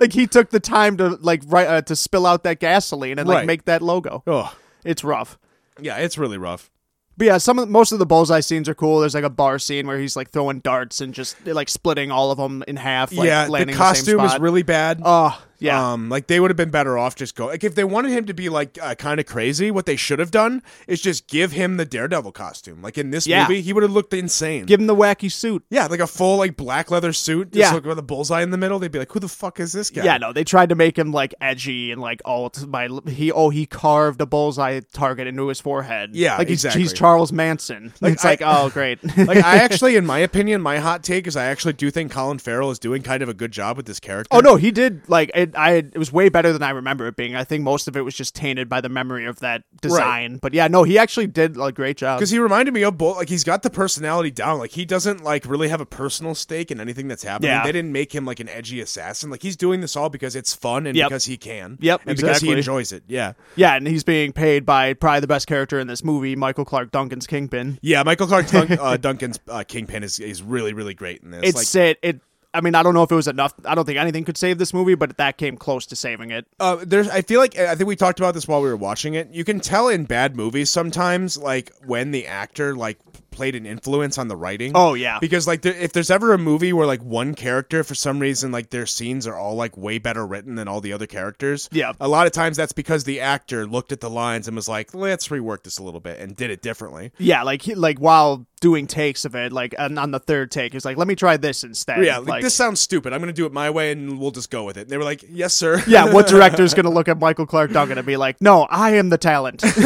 S2: like he took the time to like write uh, to spill out that gasoline and like
S1: Right.
S2: make that logo.
S1: oh
S2: It's rough.
S1: yeah, it's really rough.
S2: But yeah, some of most of the bullseye scenes are cool. There's like a bar scene where he's like throwing darts and just like splitting all of them in half. Like,
S1: yeah, the
S2: landing in
S1: costume
S2: the same
S1: is
S2: spot.
S1: really bad.
S2: Oh yeah,
S1: Um, like they would have been better off just go. Like if they wanted him to be like uh, kind of crazy, what they should have done is just give him the Daredevil costume. Like in this
S2: Yeah.
S1: movie, he would have looked insane.
S2: give him the wacky suit.
S1: yeah, like a full like black leather suit, just
S2: Yeah.
S1: look with a bullseye in the middle. They'd be like, "Who the fuck is this guy?"
S2: Yeah. no, they tried to make him like edgy and like alt by he oh he carved a bullseye target into his forehead.
S1: Yeah,
S2: like he's,
S1: exactly.
S2: he's Charles Manson. it's
S1: I-
S2: like oh great.
S1: like I actually, in my opinion, my hot take is I actually do think Colin Farrell is doing kind of a good job with this character.
S2: Oh no, he did. Like it, I it was way better than I remember it being. I think most of it was just tainted by the memory of that design. But yeah, no, he actually did a great job.
S1: Because he reminded me of both. Like he's got the personality down. Like he doesn't like really have a personal stake in anything that's happening.
S2: Yeah.
S1: They didn't make him like an edgy assassin. Like he's doing this all because it's fun and
S2: Yep.
S1: because he can.
S2: Yep,
S1: and because he
S2: exactly.
S1: enjoys it. Yeah,
S2: Yeah, and he's being paid by probably the best character in this movie, Michael Clark Duncan's Kingpin.
S1: yeah. Michael Clark Dun- uh, Duncan's uh, Kingpin is is really really great in this.
S2: It's
S1: like,
S2: it. It. I mean, I don't know if it was enough. I don't think anything could save this movie, but that came close to saving it.
S1: uh, there's I feel like I think we talked about this while we were watching it. You can tell in bad movies sometimes like when the actor like played an influence on the writing.
S2: Oh, yeah.
S1: Because like there, if there's ever a movie where like one character for some reason like their scenes are all like way better written than all the other characters.
S2: Yeah.
S1: A lot of times that's because the actor looked at the lines and was like, "Let's rework this a little bit" and did it differently.
S2: Yeah, like he, like while doing takes of it, like on, on the third take. He's like, "Let me try this instead."
S1: Yeah, like, this sounds stupid. I'm gonna do it my way, and we'll just go with it. And they were like, "Yes, sir."
S2: yeah, what director's gonna look at Michael Clark Duncan and be like, "No, I am the talent."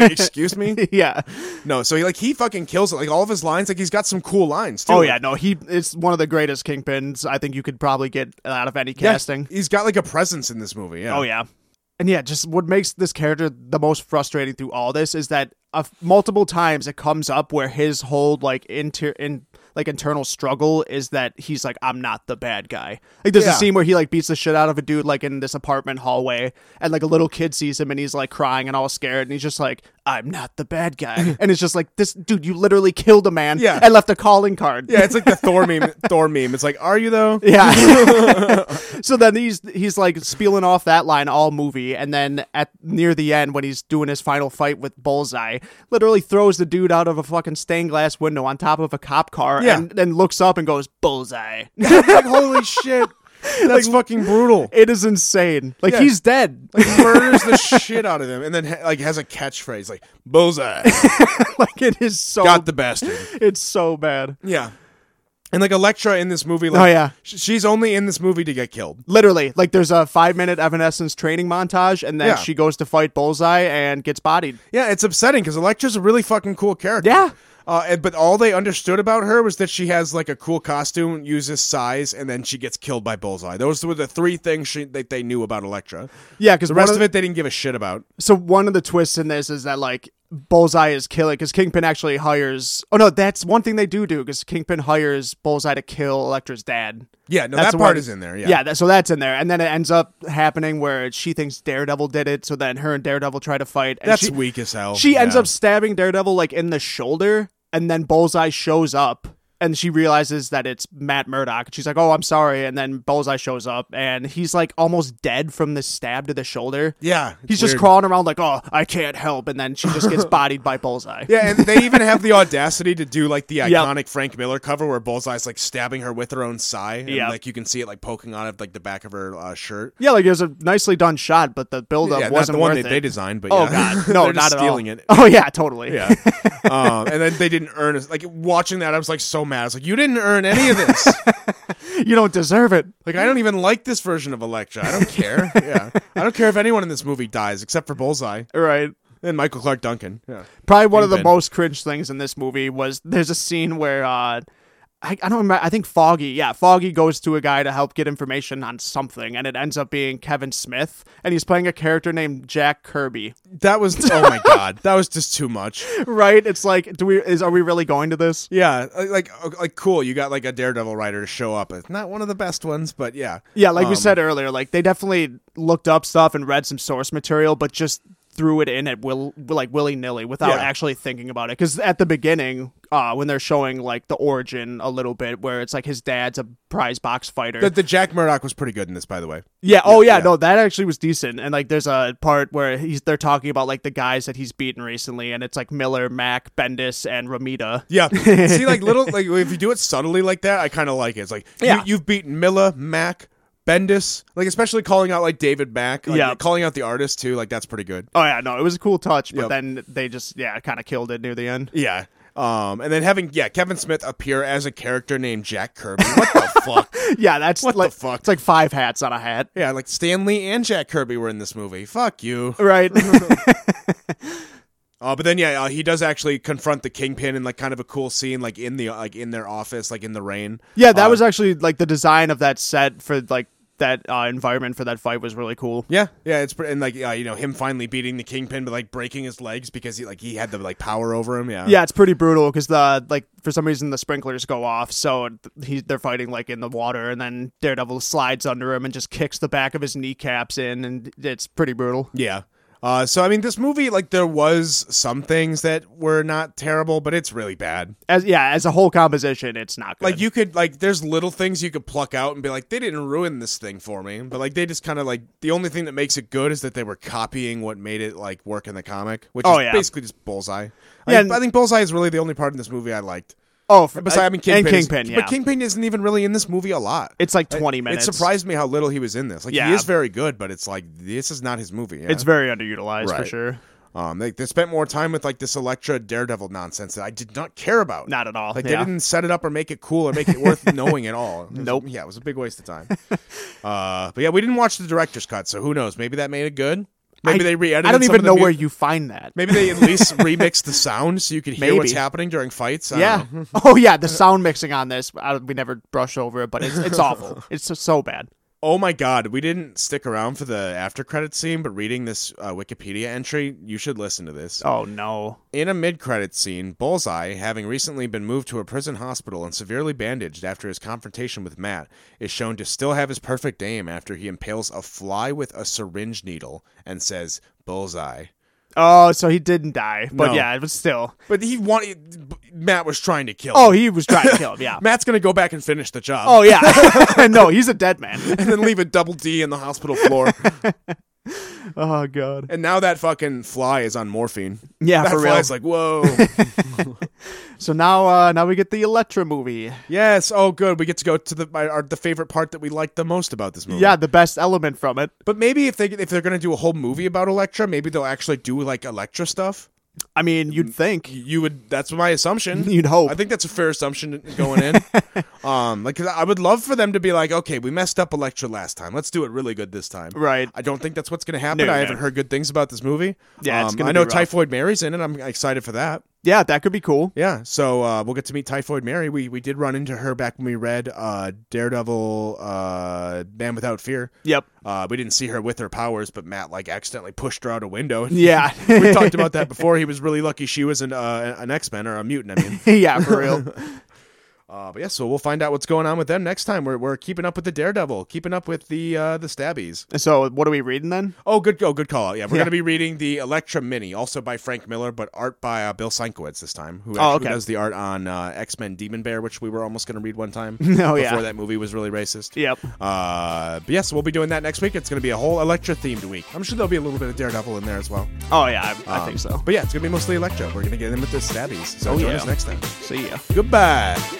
S1: Excuse me.
S2: yeah.
S1: No, so he like he fucking kills it. Like all of his lines, like he's got some cool lines too.
S2: Oh
S1: Like,
S2: yeah, no, he it's one of the greatest kingpins I think you could probably get out of any
S1: yeah,
S2: casting.
S1: He's got like a presence in this movie. Yeah.
S2: Oh yeah. And yeah, just what makes this character the most frustrating through all this is that uh, multiple times it comes up where his whole like inter in like internal struggle is that he's like I'm not the bad guy. Like there's
S1: Yeah.
S2: a scene where he like beats the shit out of a dude like in this apartment hallway and like a little kid sees him and he's like crying and all scared and he's just like I'm not the bad guy. and it's just like this dude you literally killed a man
S1: Yeah.
S2: and left a calling card.
S1: Yeah, it's like the Thor meme. Thor meme. It's like, are you though?
S2: Yeah. so then he's he's like spieling off that line all movie, and then at near the end when he's doing his final fight with Bullseye, literally throws the dude out of a fucking stained glass window on top of a cop car,
S1: Yeah.
S2: and then looks up and goes Bullseye.
S1: like, holy shit, that's fucking brutal.
S2: It is insane. Like
S1: Yeah.
S2: he's dead.
S1: Like murders the shit out of him, and then ha- like has a catchphrase like "bullseye,
S2: like it is so
S1: got the bastard."
S2: it's so bad.
S1: Yeah, and like Elektra in this movie, like,
S2: Oh, yeah.
S1: sh- she's only in this movie to get killed.
S2: Literally, like there's a five minute Evanescence training montage, and then
S1: Yeah.
S2: she goes to fight Bullseye and gets bodied.
S1: Yeah, it's upsetting because Elektra's a really fucking cool character.
S2: Yeah.
S1: Uh, and, but all they understood about her was that she has like a cool costume, uses size, and then she gets killed by Bullseye. Those were the three things she, that they knew about Elektra.
S2: Yeah, because
S1: The rest of it they didn't give a shit about.
S2: So one of the twists in this is that like Bullseye is killing because Kingpin actually hires. Oh no, that's one thing they do do because Kingpin hires Bullseye to kill Elektra's dad.
S1: Yeah, no,
S2: That's
S1: that
S2: the
S1: part
S2: one-
S1: is in there. Yeah.
S2: Yeah, that, so that's in there, and then it ends up happening where she thinks Daredevil did it. So then her and Daredevil try to fight. And
S1: that's
S2: she,
S1: weak as hell.
S2: She ends
S1: Yeah.
S2: up stabbing Daredevil like in the shoulder, and then Bullseye shows up. And she realizes that it's Matt Murdock. and She's like, "Oh, I'm sorry." And then Bullseye shows up, and he's like almost dead from the stab to the shoulder.
S1: Yeah,
S2: He's
S1: it's
S2: just
S1: weird.
S2: crawling around like, oh, I can't help, and then she just gets bodied by Bullseye.
S1: Yeah, and they even have the audacity to do like the
S2: Yep.
S1: iconic Frank Miller cover where Bullseye's like stabbing her with her own sigh, and
S2: Yep.
S1: like you can see it like poking out of like the back of her uh, shirt.
S2: Yeah, like it was a nicely done shot, but the buildup
S1: yeah,
S2: up
S1: not
S2: wasn't
S1: the one
S2: worth
S1: that
S2: it.
S1: they designed, but
S2: oh
S1: yeah.
S2: god, no,
S1: They're
S2: not
S1: just
S2: at
S1: stealing
S2: all.
S1: it.
S2: Oh yeah, totally.
S1: Yeah, um, and then they didn't earn it. Like watching that, I was like so mad. I was like, you didn't earn any of this.
S2: you don't deserve it.
S1: like I don't even like this version of Elektra. I don't care. Yeah, I don't care if anyone in this movie dies except for Bullseye
S2: Right.
S1: and Michael Clark Duncan. Yeah,
S2: Probably one of the
S1: Kingpin.
S2: most cringe things in this movie was there's a scene where uh, I, I don't remember. I think Foggy, yeah, Foggy goes to a guy to help get information on something, and it ends up being Kevin Smith, and he's playing a character named Jack Kirby.
S1: that was oh my god, that was just too much.
S2: Right? It's like, do we is are we really going to this?
S1: Yeah, uh, like like cool. You got like a Daredevil writer to show up. It's not one of the best ones, but yeah,
S2: Yeah, like we
S1: Um,
S2: said earlier, like they definitely looked up stuff and read some source material, but just threw it in at will like willy nilly without
S1: Yeah.
S2: actually thinking about it. Because at the beginning, uh, when they're showing like the origin a little bit, where it's like his dad's a prize box fighter.
S1: The, the Jack Murdoch was pretty good in this, by the way.
S2: yeah. Oh yeah,
S1: yeah.
S2: No, that actually was decent. And like, there's a part where he's they're talking about like the guys that he's beaten recently, and it's like Miller, Mac, Bendis, and Ramita.
S1: Yeah, see, like little, like if you do it subtly like that, I kind of like it. It's like
S2: Yeah.
S1: you, you've beaten Milla, Mac, Bendis, like especially calling out like David Mack, like,
S2: Yeah.
S1: calling out the artist too. Like that's pretty good.
S2: Oh yeah, no, it was a cool touch, but
S1: Yep.
S2: then they just yeah kind of killed it near the end.
S1: Yeah. Um, and then having yeah Kevin Smith appear as a character named Jack Kirby. What the fuck?
S2: Yeah, that's
S1: What the
S2: like
S1: fuck?
S2: it's like five hats on a hat.
S1: Yeah, like Stanley and Jack Kirby were in this movie. Fuck you.
S2: Right.
S1: Uh, but then yeah, uh, he does actually confront the Kingpin in like kind of a cool scene, like in the like in their office, like in the rain.
S2: Yeah, that
S1: Uh,
S2: was actually like the design of that set for like that uh, environment for that fight was really cool.
S1: Yeah, yeah, it's pre- and like uh, you know him finally beating the Kingpin, but like breaking his legs because he like he had the like power over him. Yeah,
S2: Yeah, it's pretty brutal because the like for some reason the sprinklers go off, so th- he they're fighting like in the water, and then Daredevil slides under him and just kicks the back of his kneecaps in, and it's pretty brutal.
S1: yeah. Uh, so I mean, this movie like there was some things that were not terrible, but it's really bad.
S2: As yeah, as a whole composition, it's not good.
S1: Like you could like there's little things you could pluck out and be like they didn't ruin this thing for me, but like they just kind of like the only thing that makes it good is that they were copying what made it like work in the comic, which
S2: Oh,
S1: is
S2: yeah.
S1: basically just Bullseye. I,
S2: Yeah,
S1: think-
S2: and-
S1: I think Bullseye is really the only part in this movie I liked.
S2: oh, for,
S1: Besides, I mean, Kingpin,
S2: and
S1: is-
S2: Kingpin, yeah,
S1: but Kingpin isn't even really in this movie a lot.
S2: it's like twenty minutes.
S1: It surprised me how little he was in this. Like
S2: Yeah.
S1: he is very good, but it's like this is not his movie. yeah.
S2: It's very underutilized for
S1: Right.
S2: sure.
S1: Um, they, they spent more time with like this Electra Daredevil nonsense that I did not care about.
S2: Not at all.
S1: Like
S2: yeah.
S1: they didn't set it up or make it cool or make it worth knowing at all. It was-
S2: Nope.
S1: Yeah, it was a big waste of time. uh, but yeah, we didn't watch the director's cut, so who knows? Maybe that made it good. Maybe
S2: I-
S1: they re-edited.
S2: I don't
S1: some
S2: even
S1: of the
S2: know
S1: mu-
S2: where you find that.
S1: Maybe they at least remixed the sound so you could hear what's
S2: Maybe.
S1: happening during fights. I don't
S2: Yeah.
S1: know.
S2: oh yeah, the sound mixing on this, I, we never brush over it, but it's it's awful. It's so, so bad.
S1: Oh my god, we didn't stick around for the after credit scene, but reading this uh, Wikipedia entry, you should listen to this.
S2: Oh no.
S1: In a mid-credit scene, Bullseye, having recently been moved to a prison hospital and severely bandaged after his confrontation with Matt, is shown to still have his perfect aim after he impales a fly with a syringe needle and says, "Bullseye."
S2: Oh, so he didn't die, but
S1: No.
S2: yeah, it was still.
S1: But he wanted Matt was trying to kill.
S2: Oh,
S1: him.
S2: he was trying to kill him. Yeah.
S1: Matt's gonna go back and finish the job.
S2: Oh yeah. no, he's a dead man.
S1: and then leave a double D in the hospital floor.
S2: Oh god.
S1: and now that fucking fly is on morphine.
S2: Yeah,
S1: that
S2: for real.
S1: fly's like, whoa.
S2: So now, uh, now we get the Electra movie.
S1: yes. Oh, good. We get to go to the my, our, the favorite part that we liked the most about this movie.
S2: Yeah, the best element from it.
S1: But maybe if they if they're gonna do a whole movie about Elektra, maybe they'll actually do like Elektra stuff.
S2: I mean, you'd think.
S1: You would. That's my assumption.
S2: You'd hope.
S1: I think that's a fair assumption going in. um, like 'cause I would love for them to be like, okay, we messed up Elektra last time. Let's do it really good this time.
S2: Right.
S1: I don't think that's what's gonna happen.
S2: No,
S1: I
S2: no.
S1: haven't heard good things about this movie.
S2: Yeah, it's
S1: Um,
S2: gonna
S1: I
S2: be
S1: know
S2: rough.
S1: Typhoid Mary's in it. I'm excited for that.
S2: Yeah, that could be cool.
S1: Yeah, so uh, we'll get to meet Typhoid Mary. We we did run into her back when we read uh, Daredevil, uh, Man Without Fear.
S2: Yep.
S1: Uh, we didn't see her with her powers, but Matt like accidentally pushed her out a window.
S2: Yeah.
S1: we talked about that before. He was really lucky she was an uh, an X Men or a mutant. I mean,
S2: yeah, for real.
S1: uh, but yeah, so we'll find out what's going on with them next time. We're we're keeping up with the Daredevil, keeping up with the uh, the Stabbies.
S2: So, what are we reading then?
S1: Oh, good, oh, good call. out. Yeah, we're
S2: Yeah.
S1: gonna be reading the Electra Mini, also by Frank Miller, but art by uh, Bill Sienkiewicz this time, who, actually
S2: Oh, okay.
S1: does the art on uh, X Men Demon Bear, which we were almost gonna read one time.
S2: Oh,
S1: before
S2: yeah.
S1: that movie was really racist.
S2: Yep.
S1: Uh, but yes, we'll be doing that next week. It's going to be a whole Electra themed week. I'm sure there'll be a little bit of Daredevil in there as well.
S2: Oh yeah, I, I
S1: Um,
S2: think so.
S1: But yeah, it's going to be mostly Electra. We're going to get in with the stabbies. So
S2: Oh,
S1: join
S2: yeah.
S1: us next time.
S2: See ya.
S1: Goodbye.